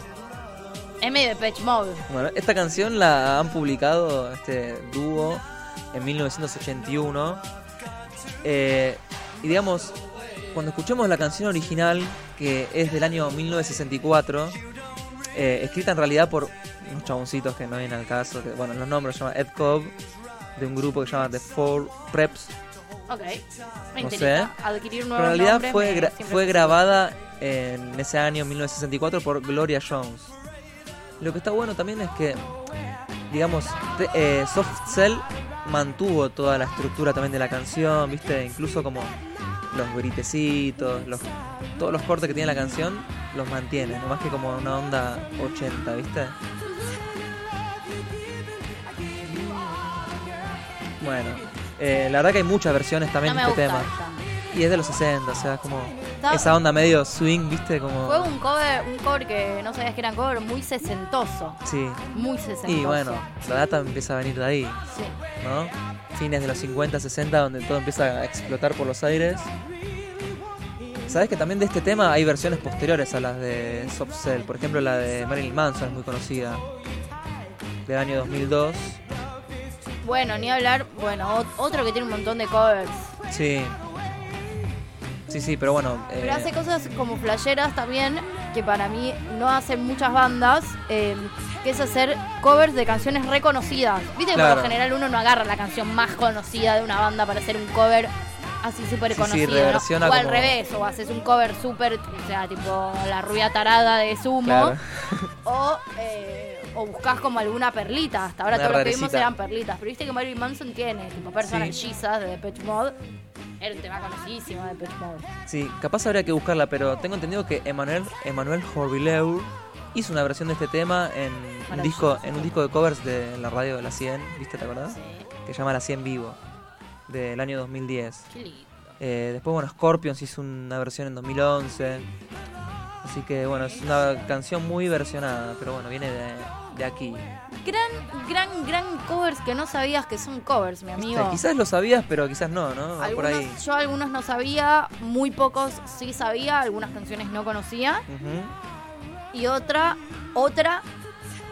Speaker 2: Es medio de Patch Mode.
Speaker 3: Bueno, esta canción la han publicado este dúo en 1981. Eh, y digamos, cuando escuchemos la canción original, que es del año 1964, eh, escrita en realidad por unos chaboncitos que no vienen al caso, que bueno, los nombres se llama Ed Cobb, de un grupo que se llama The Four Preps,
Speaker 2: Ok. Me
Speaker 3: No
Speaker 2: interesa.
Speaker 3: sé.
Speaker 2: Adquirir un nuevo
Speaker 3: Pero en realidad
Speaker 2: nombre
Speaker 3: fue,
Speaker 2: me-
Speaker 3: gra-
Speaker 2: siempre
Speaker 3: fue
Speaker 2: me-
Speaker 3: grabada en ese año 1964 por Gloria Jones. Lo que está bueno también es que, digamos, te- eh, Soft Cell mantuvo toda la estructura también de la canción, ¿viste? Incluso como los gritecitos, los, todos los cortes que tiene la canción, los mantiene, nomás que como una onda 80, ¿viste? Bueno, eh, la verdad que hay muchas versiones
Speaker 2: No
Speaker 3: también
Speaker 2: me
Speaker 3: de este
Speaker 2: gusta.
Speaker 3: tema.
Speaker 2: esta.
Speaker 3: Y es de los 60, o sea, es como
Speaker 2: Está-
Speaker 3: esa onda medio swing, ¿viste? Como
Speaker 2: Fue un cover, un cover que no sabías que era cover, muy sesentoso.
Speaker 3: Sí.
Speaker 2: Muy sesentoso.
Speaker 3: Y bueno, la data empieza a venir de ahí,
Speaker 2: Sí.
Speaker 3: ¿no? Fines de los 50, 60, donde todo empieza a explotar por los aires. Sabes que también de este tema hay versiones posteriores a las de Soft Cell. Por ejemplo, la de Marilyn Manson es muy conocida, del año 2002.
Speaker 2: Bueno, ni hablar. Bueno, ot- otro que tiene un montón de covers.
Speaker 3: Sí. Sí, sí, pero bueno. eh,
Speaker 2: Pero hace cosas como flasheras también, que para mí no hacen muchas bandas, eh, que es hacer covers de canciones reconocidas. Viste que por
Speaker 3: Claro.
Speaker 2: lo general uno no agarra la canción más conocida de una banda para hacer un cover así súper
Speaker 3: Sí, sí,
Speaker 2: conocido. ¿no?
Speaker 3: reversiona
Speaker 2: O al
Speaker 3: como-
Speaker 2: revés, o haces un cover súper, o sea, tipo la rubia tarada de Sumo,
Speaker 3: Claro.
Speaker 2: o, eh, o buscas como alguna perlita. Hasta ahora
Speaker 3: Una
Speaker 2: todo lo que vimos
Speaker 3: rarecita.
Speaker 2: eran perlitas, pero viste que Marilyn Manson tiene, tipo Personal
Speaker 3: Sí.
Speaker 2: Jesus de Depeche Mode. Era un tema conocidísimo de Depeche Mode.
Speaker 3: Sí, capaz habría que buscarla, pero tengo entendido que Emanuel, Emanuel Jorvileur hizo una versión de este tema en un,
Speaker 2: Maravilloso.
Speaker 3: disco, en un disco de covers de la radio de la 100, ¿viste? ¿Te acordás?
Speaker 2: Sí.
Speaker 3: Que se llama La 100 Vivo, del año 2010.
Speaker 2: Qué lindo.
Speaker 3: Eh, después, bueno, Scorpions hizo una versión en 2011. Así que, bueno, es una canción muy versionada, pero bueno, viene de, de aquí.
Speaker 2: Gran, gran, gran covers que no sabías que son covers, mi
Speaker 3: ¿Viste?
Speaker 2: amigo.
Speaker 3: Quizás lo sabías, pero quizás no, ¿no? Va Por
Speaker 2: Algunos,
Speaker 3: ahí.
Speaker 2: Yo algunos no sabía, muy pocos sí sabía, algunas canciones no conocía.
Speaker 3: Ujú.
Speaker 2: Y otra, otra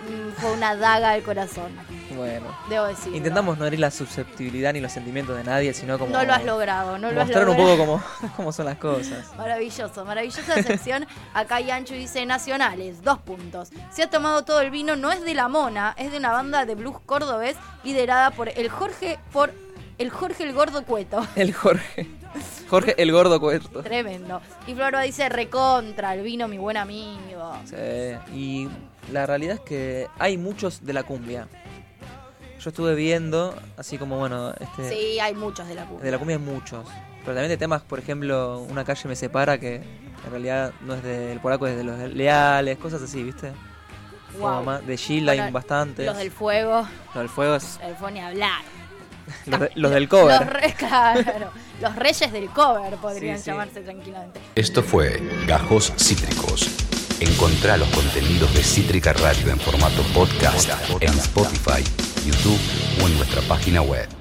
Speaker 2: mm, fue una daga al corazón,
Speaker 3: Bueno,
Speaker 2: debo decir.
Speaker 3: intentamos no herir la susceptibilidad ni los sentimientos de nadie, sino como.
Speaker 2: No lo has logrado, no lo has
Speaker 3: mostrar
Speaker 2: logrado.
Speaker 3: un poco cómo, cómo son las cosas.
Speaker 2: Maravilloso, maravillosa sección. Acá Yancho dice nacionales, dos puntos. Se ha tomado todo el vino, no es de la mona, es de una banda de blues cordobés liderada por el Jorge, por el Jorge el Gordo Cueto.
Speaker 3: El Jorge. Jorge el gordo cuerto.
Speaker 2: Tremendo. Y Florba dice recontra, el vino, mi buen amigo.
Speaker 3: Sí, y la realidad es que hay muchos de la cumbia. Yo estuve viendo, así como bueno, este,
Speaker 2: Sí, hay muchos de la cumbia.
Speaker 3: de la cumbia hay muchos. Pero también de temas, por ejemplo, Una calle me separa, que en realidad no es del polaco, es de los leales, cosas así, ¿viste? Como
Speaker 2: Guau.
Speaker 3: más- de Gila hay
Speaker 2: Bueno,
Speaker 3: bastantes.
Speaker 2: Los del fuego,
Speaker 3: Los del fuego es-
Speaker 2: el fue ni hablar.
Speaker 3: Los, de- los del cover.
Speaker 2: Los, re- claro, los reyes del cover podrían
Speaker 3: Sí, sí.
Speaker 2: llamarse tranquilamente.
Speaker 1: Esto fue Gajos Cítricos. Encontrá los contenidos de Cítrica Radio en formato podcast en Spotify, YouTube o en nuestra página web.